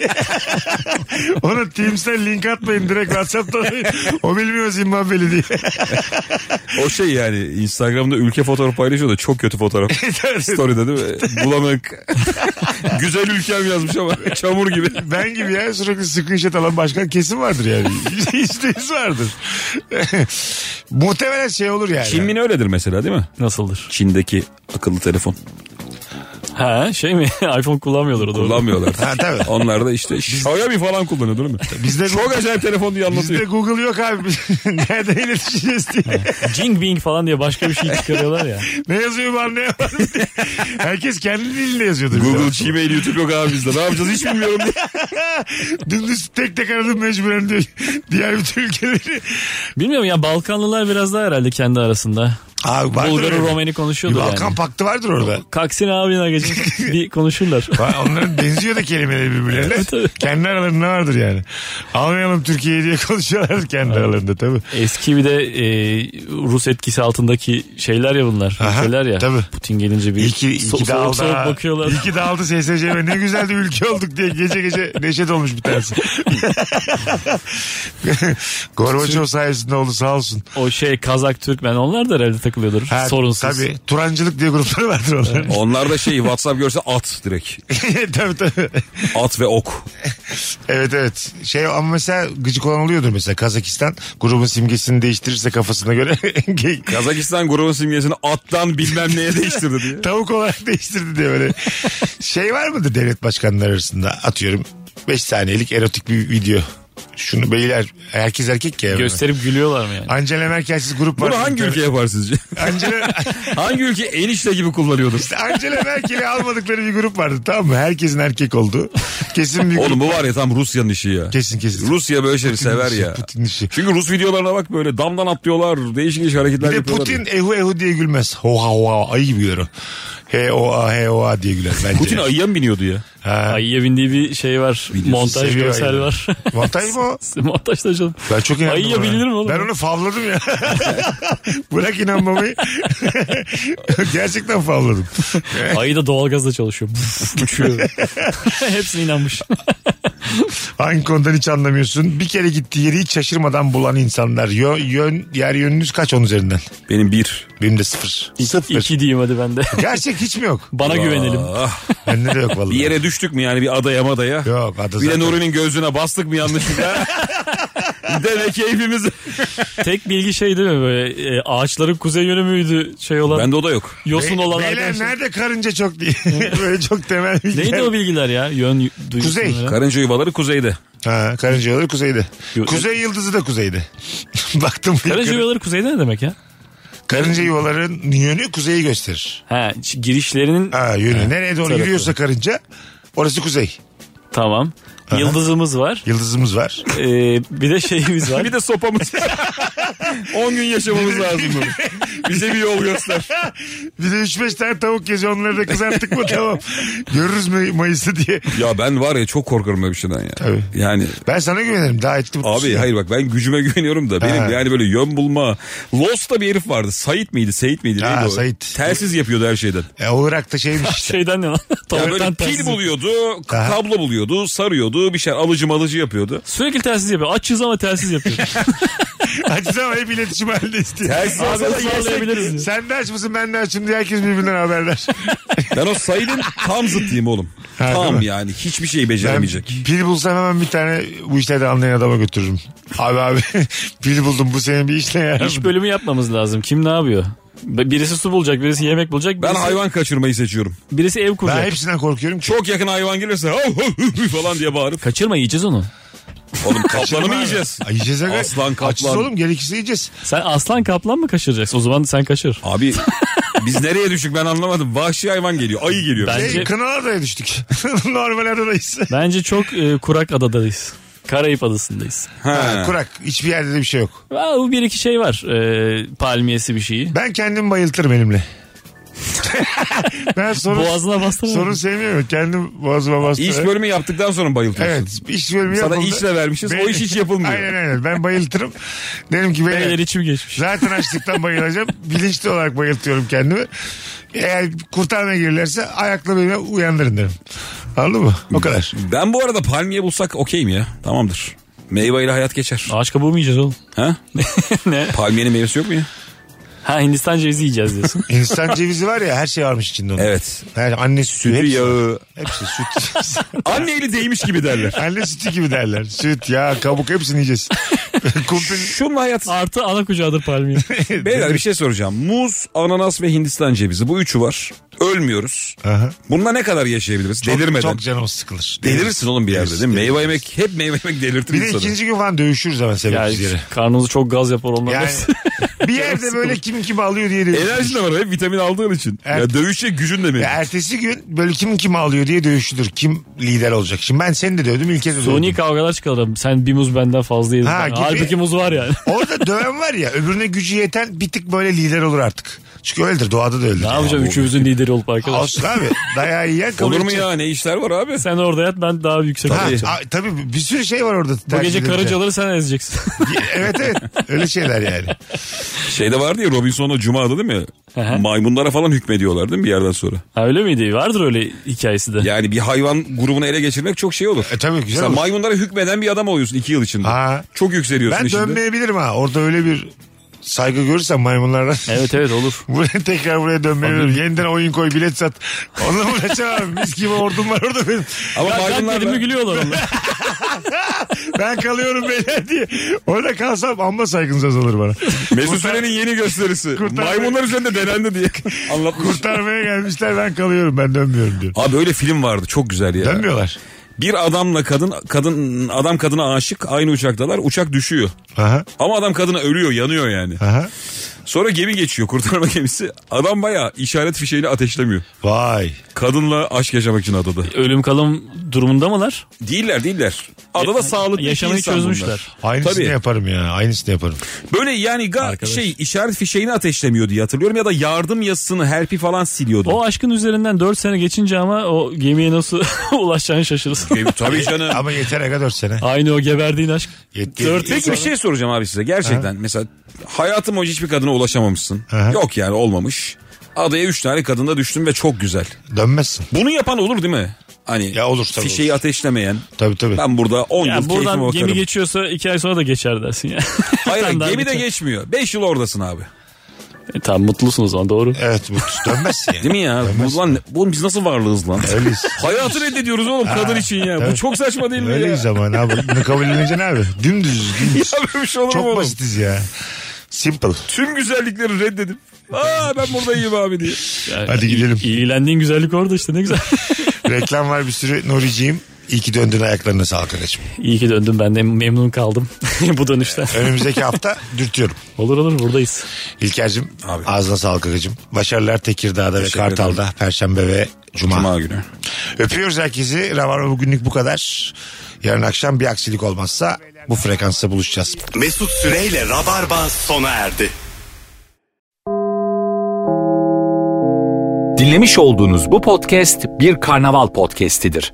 S3: Ona Teams'ten link atmayın direkt WhatsApp'tan. o bilmiyor Zimbabwe'li diye.
S5: O şey yani Instagram'da ülke fotoğrafı paylaşıyor da çok kötü fotoğraf. Story'de değil mi? Bulanık. Güzel ülkem yazmış ama çamur gibi.
S3: ben gibi ya sürekli screenshot alan başkan kesin vardır yani. Yüzde yüz vardır. Muhtemelen şey olur yani.
S5: Çin Mini öyledir mesela değil mi?
S4: Nasıldır?
S5: Çin'deki akıllı telefon.
S4: Ha şey mi? iPhone kullanmıyorlar o doğru.
S5: Kullanmıyorlar.
S3: Ha, tabii.
S5: Onlar da işte Xiaomi falan kullanıyor değil mi?
S3: Bizde
S5: Çok acayip telefon diye
S3: Bizde
S5: anlatıyor.
S3: Google yok abi. Nereden iletişeceğiz diye.
S4: Jing Bing falan diye başka bir şey çıkarıyorlar ya.
S3: ne yazıyor bu anlayamadım diye. Herkes kendi dilinde yazıyordur. bir de.
S5: Google, Gmail, YouTube yok abi bizde. Ne yapacağız hiç bilmiyorum diye.
S3: Dümdüz tek tek aradım mecburen diyor. Diğer bütün ülkeleri.
S4: Bilmiyorum ya Balkanlılar biraz daha herhalde kendi arasında.
S3: Abi vardır
S4: Bulgar'ı
S3: öyle.
S4: Romeni
S3: Bir
S4: konuşuyordur yani.
S3: Balkan paktı vardır orada.
S4: Kaksin abine geçip bir konuşurlar.
S3: Va- Onların benziyor da kelimeleri birbirlerine.
S4: tabii.
S3: kendi aralarında vardır yani. Almayalım Türkiye'yi diye konuşuyorlar kendi aralarında tabii.
S4: Eski bir de e, Rus etkisi altındaki şeyler ya bunlar.
S3: Aha,
S4: ülkeler ya.
S3: tabii.
S4: Putin gelince bir
S3: İyi ki, iyi
S4: so-
S3: ki
S4: soğuk
S3: dağıldı.
S4: soğuk
S3: ha.
S4: bakıyorlar.
S3: İyi ki dağıldı SSCB. Ne güzel de ülke olduk diye gece gece neşet olmuş bir tanesi. Gorbaçov sayesinde oldu sağ olsun.
S4: O şey Kazak, Türkmen onlar da herhalde takılıyordur.
S3: Ha,
S4: sorunsuz.
S3: Tabii. Turancılık diye grupları vardır onların.
S5: Onlar da şey WhatsApp görse at direkt.
S3: tabii tabii.
S5: At ve ok.
S3: Evet evet. Şey ama mesela gıcık olan oluyordur mesela Kazakistan grubun simgesini değiştirirse kafasına göre
S5: Kazakistan grubun simgesini attan bilmem neye değiştirdi diye.
S3: tavuk olarak değiştirdi diye böyle. şey var mıdır devlet başkanları arasında atıyorum 5 saniyelik erotik bir video Şunu beyler herkes erkek ya. evde.
S4: Gösterip gülüyorlar mı yani?
S3: Angela Merkel'siz grup var.
S5: Bunu hangi ülke yapar sizce?
S3: Angela,
S5: hangi ülke enişte gibi kullanıyordur?
S3: Angela Merkel'i almadıkları bir grup vardı tamam mı? Herkesin erkek olduğu. Kesin bir grup.
S5: Oğlum bu var ya tam Rusya'nın işi ya.
S3: Kesin kesin.
S5: Rusya böyle şeyleri sever
S3: işi,
S5: ya.
S3: Putin işi.
S5: Çünkü Rus videolarına bak böyle damdan atlıyorlar. Değişik değişik hareketler
S3: Bir de
S5: yapıyorlar.
S3: Putin ehu ehu diye gülmez. Hoha hoha ayı gibi güler o. He oa he oa diye güler bence.
S5: Putin ayıya mı biniyordu ya?
S3: Ha,
S4: Ayıya bindiği bir şey var. montaj
S3: seviyor
S4: görsel
S3: ayıları.
S4: var.
S3: Montaj mı o?
S4: Montaj da canım.
S3: Ben çok inandım.
S4: Ayıya
S3: ona.
S4: binilir mi oğlum?
S3: Ben onu favladım ya. Bırak inanmamayı. Gerçekten favladım.
S4: Ayı da doğalgazla çalışıyor. Uçuyor. Hepsine inanmış.
S3: Hangi konudan hiç anlamıyorsun? Bir kere gittiği yeri hiç şaşırmadan bulan insanlar. Yön, yön, yer yönünüz kaç onun üzerinden?
S5: Benim bir.
S3: Benim de sıfır. sıfır.
S4: İki diyeyim hadi ben de.
S3: Gerçek hiç mi yok?
S4: Bana güvenelim.
S5: Ah,
S3: Bende de yok vallahi.
S5: bir yere düştük mü yani bir adaya madaya?
S3: Yok adı
S5: Bir de
S3: zaten.
S5: Nuri'nin gözüne bastık mı yanlışlıkla? Deme keyfimiz.
S4: Tek bilgi şey değil mi böyle e, ağaçların kuzey yönü müydü şey olan
S5: Bende o da yok.
S4: yosun
S3: Be-
S4: olan
S3: Beyler
S4: arkadaşlar.
S3: nerede karınca çok diye. Böyle çok temel bir
S4: Neydi o bilgiler ya? Yön y- duygusu.
S3: Kuzey.
S4: mu ya?
S5: Karınca yuvaları kuzeyde.
S3: Ha, karınca yolları kuzeyde.
S4: Yo-
S3: Kuzey yıldızı da kuzeyde. Baktım. bu
S4: Karınca
S3: yukarı.
S4: yuvaları kuzeyde ne demek ya?
S3: Karınca yuvaların yönü kuzeyi gösterir.
S4: Ha ç- girişlerinin
S3: Ha, yönü. Nereye doğru
S4: tarafı.
S3: yürüyorsa karınca orası kuzey.
S4: tamam.
S3: Aha.
S4: Yıldızımız var.
S3: Yıldızımız var.
S4: Ee, bir de şeyimiz var.
S5: Bir de sopamız. 10 gün yaşamamız lazım. bunu. Bize bir yol göster.
S3: Bir de 3-5 tane tavuk geziyor onları da kızarttık mı tamam. Görürüz May- Mayıs'ı diye.
S5: Ya ben var ya çok korkarım böyle bir şeyden ya.
S3: Tabii.
S5: Yani
S3: Ben sana güvenirim daha etli mutlusun
S5: Abi
S3: ya.
S5: hayır bak ben gücüme güveniyorum da benim
S3: Ha.
S5: yani böyle yön bulma. Lost'ta bir herif vardı. Sait miydi? Sait miydi?
S3: Ha,
S5: Neydi o?
S3: Sait.
S5: Telsiz yapıyordu her şeyden.
S3: E, Irak'ta şeymiş işte.
S4: Şeyden ne lan?
S5: Yani böyle
S4: Tavuktan
S5: pil
S4: telsiz.
S5: buluyordu, k-
S3: Aha.
S5: kablo buluyordu, sarıyordu, bir şey alıcı malıcı yapıyordu.
S4: Sürekli telsiz yapıyor. Açız ama telsiz yapıyor.
S3: Açız ama hep iletişim halindeyiz diye.
S5: Telsiz
S4: Abi
S5: alsana yesek.
S4: sallayabiliriz.
S3: Sen de aç mısın ben de açım diye herkes birbirinden haberdar.
S5: Ben o Sait'in tam zıttıyım oğlum.
S3: Ha, değil
S5: tam
S3: mi?
S5: yani hiçbir şeyi
S3: Ben
S5: beceremeyecek.
S3: pil bulsam hemen bir tane bu işlerden anlayan adama götürürüm. Abi abi pil buldum bu senin bir işle ya.
S4: İş bölümü yapmamız lazım. Kim ne yapıyor? Be- Birisi su bulacak, birisi yemek bulacak,
S5: Ben
S4: birisi,
S5: hayvan kaçırmayı seçiyorum.
S4: birisi ev kuracak.
S3: Ben hepsinden korkuyorum. Çok
S5: Çok yakın hayvan gelirse "Oh, "Hav, hav, hav" falan diye bağırıp.
S4: Kaçırma yiyeceğiz onu.
S5: Oğlum kaplanı mı yiyeceğiz?
S3: Ay, yiyeceğiz aga.
S5: Aslan, kaplan.
S3: Açız oğlum gerekirse yiyeceğiz.
S4: Sen aslan kaplan mı kaçıracaksın? O zaman sen kaçır.
S5: Abi biz nereye düştük ben anlamadım. Vahşi hayvan geliyor. Ayı geliyor.
S4: Ben- Bence-
S3: Şey, Kınalada'ya düştük. Normal adadayız.
S4: Bence çok e, kurak adadayız. Karayip adasındayız.
S5: Ha.
S3: Ha, kurak. Hiçbir yerde de bir şey yok.
S4: Aa, bu bir iki şey var. E, palmiyesi bir şeyi.
S3: Ben kendimi bayıltırım elimle. ben sorun,
S4: Boğazına bastın mı?
S3: sorun sevmiyorum. Kendim boğazıma bastım.
S5: İş bölümü yaptıktan sonra mı bayıltıyorsun.
S3: Evet iş bölümü
S5: Sana
S3: yapıldı.
S5: işle vermişiz, o iş hiç yapılmıyor.
S3: Aynen aynen ben bayıltırım. Dedim ki beyler,
S4: Beyler içim geçmiş.
S3: Zaten açlıktan bayılacağım. Bilinçli olarak bayıltıyorum kendimi. Eğer kurtarmaya girirlerse ayakla beni uyandırın derim. Anladın mı? O kadar.
S5: Ben bu arada palmiye bulsak okeyim ya. Tamamdır. Meyveyle hayat geçer.
S4: Ağaç kabuğu mu yiyeceğiz oğlum?
S5: Ha?
S4: ne?
S5: Palmiyenin meyvesi yok mu ya?
S4: Ha Hindistan cevizi yiyeceğiz diyorsun.
S3: İnsan cevizi var ya her şey varmış içinde onun.
S5: Evet.
S3: Her şey, anne sütü.
S5: Sütü
S3: hepsi,
S5: yağı.
S3: Hepsi süt.
S5: Anne eli değmiş gibi derler.
S3: anne sütü gibi derler. Süt, yağ, kabuk hepsini yiyeceğiz. Kumpir.
S5: Şunla hayat.
S4: Artı ana kucağıdır palmiye.
S5: Beyler bir şey soracağım. Muz, ananas ve Hindistan cevizi. Bu üçü var. Ölmüyoruz.
S3: Aha.
S5: Bununla ne kadar yaşayabiliriz?
S3: Çok-
S5: Delirmeden.
S3: Çok canım sıkılır.
S5: Delirirsin oğlum bir yerde değil mi? Meyve yemek hep meyve yemek delirtir
S3: Bir de
S5: insanı.
S3: ikinci gün falan dövüşürüz ama sebepsiz
S4: yani
S3: yere.
S4: karnınızı çok gaz yapar onlar.
S3: Yani
S4: hepsi.
S3: bir yerde böyle kim kim alıyor diye dövüşürüz.
S5: Enerjin de var hep vitamin aldığın için.
S3: Evet.
S5: Ya dövüşe gücün de mi?
S3: Ya ertesi gün böyle kim kimi alıyor diye dövüşülür. Kim lider olacak? Şimdi ben seni de dövdüm İlker'i de
S4: Suni
S3: dövdüm.
S4: kavgalar çıkarırım. Sen bir muz benden fazla yedin.
S3: Ha, gibi.
S4: Halbuki muz var yani.
S3: Orada döven var ya öbürüne gücü yeten bir tık böyle lider olur artık. Çünkü öyledir doğada da öyledir.
S4: ne yapacağım üçümüzün lideri olup arkadaş.
S3: Olsun abi dayağı yiyen kabul
S5: Olur mu
S3: edecek.
S5: ya ne işler var abi?
S4: Sen orada yat ben daha yüksek
S3: Ha,
S4: atlayacağım.
S3: a- tabii bir sürü şey var orada.
S4: Bu
S3: tercih
S4: gece
S3: edilecek.
S4: karıncaları sen ezeceksin.
S3: Evet evet öyle şeyler yani.
S5: Şeyde vardı ya Robinson'la Cuma'da değil mi?
S4: Aha.
S5: Maymunlara falan hükmediyorlar değil mi bir yerden sonra?
S4: ha, öyle miydi? Vardır öyle hikayesi de.
S5: Yani bir hayvan grubunu ele geçirmek çok şey olur.
S3: E tabii güzel
S5: Sen
S3: olur.
S5: maymunlara hükmeden bir adam oluyorsun iki yıl içinde.
S3: Ha.
S5: Çok yükseliyorsun
S3: Ben
S5: işinde.
S3: dönmeyebilirim ha orada öyle bir saygı görürsem maymunlardan.
S4: Evet evet olur.
S3: Buraya tekrar buraya dönmeyebilirim. Yeniden oyun koy bilet sat. Onunla uğraşamam. Mis gibi ordum var orada benim.
S5: Ama
S4: Ya ben
S5: maymunlar
S4: dedim mi
S5: da-
S4: gülüyorlar onlar.
S3: Ben kalıyorum beyler diye. Orada kalsam amma saygınız azalır bana.
S5: Mesut Süren'in yeni gösterisi.
S3: Kurtar-
S5: Maymunlar üzerinde denendi diye anlatmış.
S3: Kurtarmaya gelmişler ben kalıyorum ben dönmüyorum diyor.
S5: Abi öyle film vardı çok güzel ya.
S3: Dönmüyorlar.
S5: Bir adamla kadın kadın adam kadına aşık aynı uçaktalar uçak düşüyor.
S3: Aha.
S5: Ama adam kadına ölüyor yanıyor yani.
S3: Aha.
S5: Sonra gemi geçiyor kurtarma gemisi. Adam bayağı işaret fişeğiyle ateşlemiyor.
S3: Vay.
S5: Kadınla aşk yaşamak için adada.
S4: Ölüm kalım durumunda mılar?
S5: Değiller değiller. Adada sağlıklı iki
S4: Yaşamayı
S5: insan
S4: çözmüşler.
S5: bunlar.
S3: Aynısını
S5: Tabii.
S3: yaparım ya. Aynısını yaparım.
S5: Böyle yani ga
S4: Arkadaş.
S5: şey işaret fişeğini ateşlemiyor diye hatırlıyorum ya da yardım yazısını herpi falan siliyordu.
S4: O aşkın üzerinden 4 sene geçince ama o gemiye nasıl ulaşacağını şaşırırsın.
S5: E, Tabii canım.
S3: Ama yeter aga 4 sene.
S4: Aynı o geberdiğin aşk.
S3: Yet-
S4: Dört-
S5: Peki bir şey soracağım abi size gerçekten. Mesela hayatım boyunca hiçbir kadına ulaşamamışsın.
S3: Aha.
S5: Yok yani olmamış. Adaya üç tane kadında düştün ve çok güzel.
S3: Dönmezsin.
S5: Bunu yapan olur değil mi? Hani
S3: Ya olur tabii
S5: fişeği ateşlemeyen.
S3: Tabii tabii.
S5: Ben burada 10
S4: Ya
S5: yıl
S4: buradan
S5: keyfime
S4: gemi
S5: bakarım.
S4: geçiyorsa 2 ay sonra da geçer dersin ya.
S5: Hayır
S4: Tam daha
S5: gemi de
S4: biter.
S5: geçmiyor. 5 yıl oradasın abi.
S4: E, tamam mutlusun o zaman doğru.
S3: Evet bu dönmezsin yani.
S5: Değil mi ya? Bu, lan, oğlum biz nasıl varlığız lan?
S3: Öyleyiz.
S5: Hayatı reddediyoruz oğlum kadın için ya. Bu çok saçma değil mi ya?
S3: Öyleyiz ama ne abi. Bunu kabul edince ne abi? Dümdüz. dümdüz.
S5: Ya böyle bir şey olur mu
S3: Çok
S5: oğlum?
S3: basitiz ya. Simple.
S5: Tüm güzellikleri reddedip. Aa ben burada iyiyim abi diye.
S4: Yani
S3: Hadi
S4: i-
S3: gidelim.
S4: İyilendiğin güzellik orada işte ne güzel.
S3: Reklam var bir sürü Nuri'ciğim. İyi ki döndün ayaklarına sağlık kardeşim.
S4: İyi ki döndüm ben de memnun kaldım bu dönüşten.
S3: Önümüzdeki hafta dürtüyorum.
S4: Olur olur buradayız.
S3: İlker'cim
S5: Abi.
S3: ağzına sağlık agacım. Başarılar Tekirdağ'da ve
S5: Teşekkür ederim.
S3: Kartal'da. Perşembe ve Cuma.
S5: Cuma günü.
S3: Öpüyoruz herkesi. Rabarba bugünlük bu kadar. Yarın akşam bir aksilik olmazsa bu frekansta buluşacağız.
S2: Mesut Süreyle Rabarba sona erdi.
S1: Dinlemiş olduğunuz bu podcast bir karnaval podcastidir.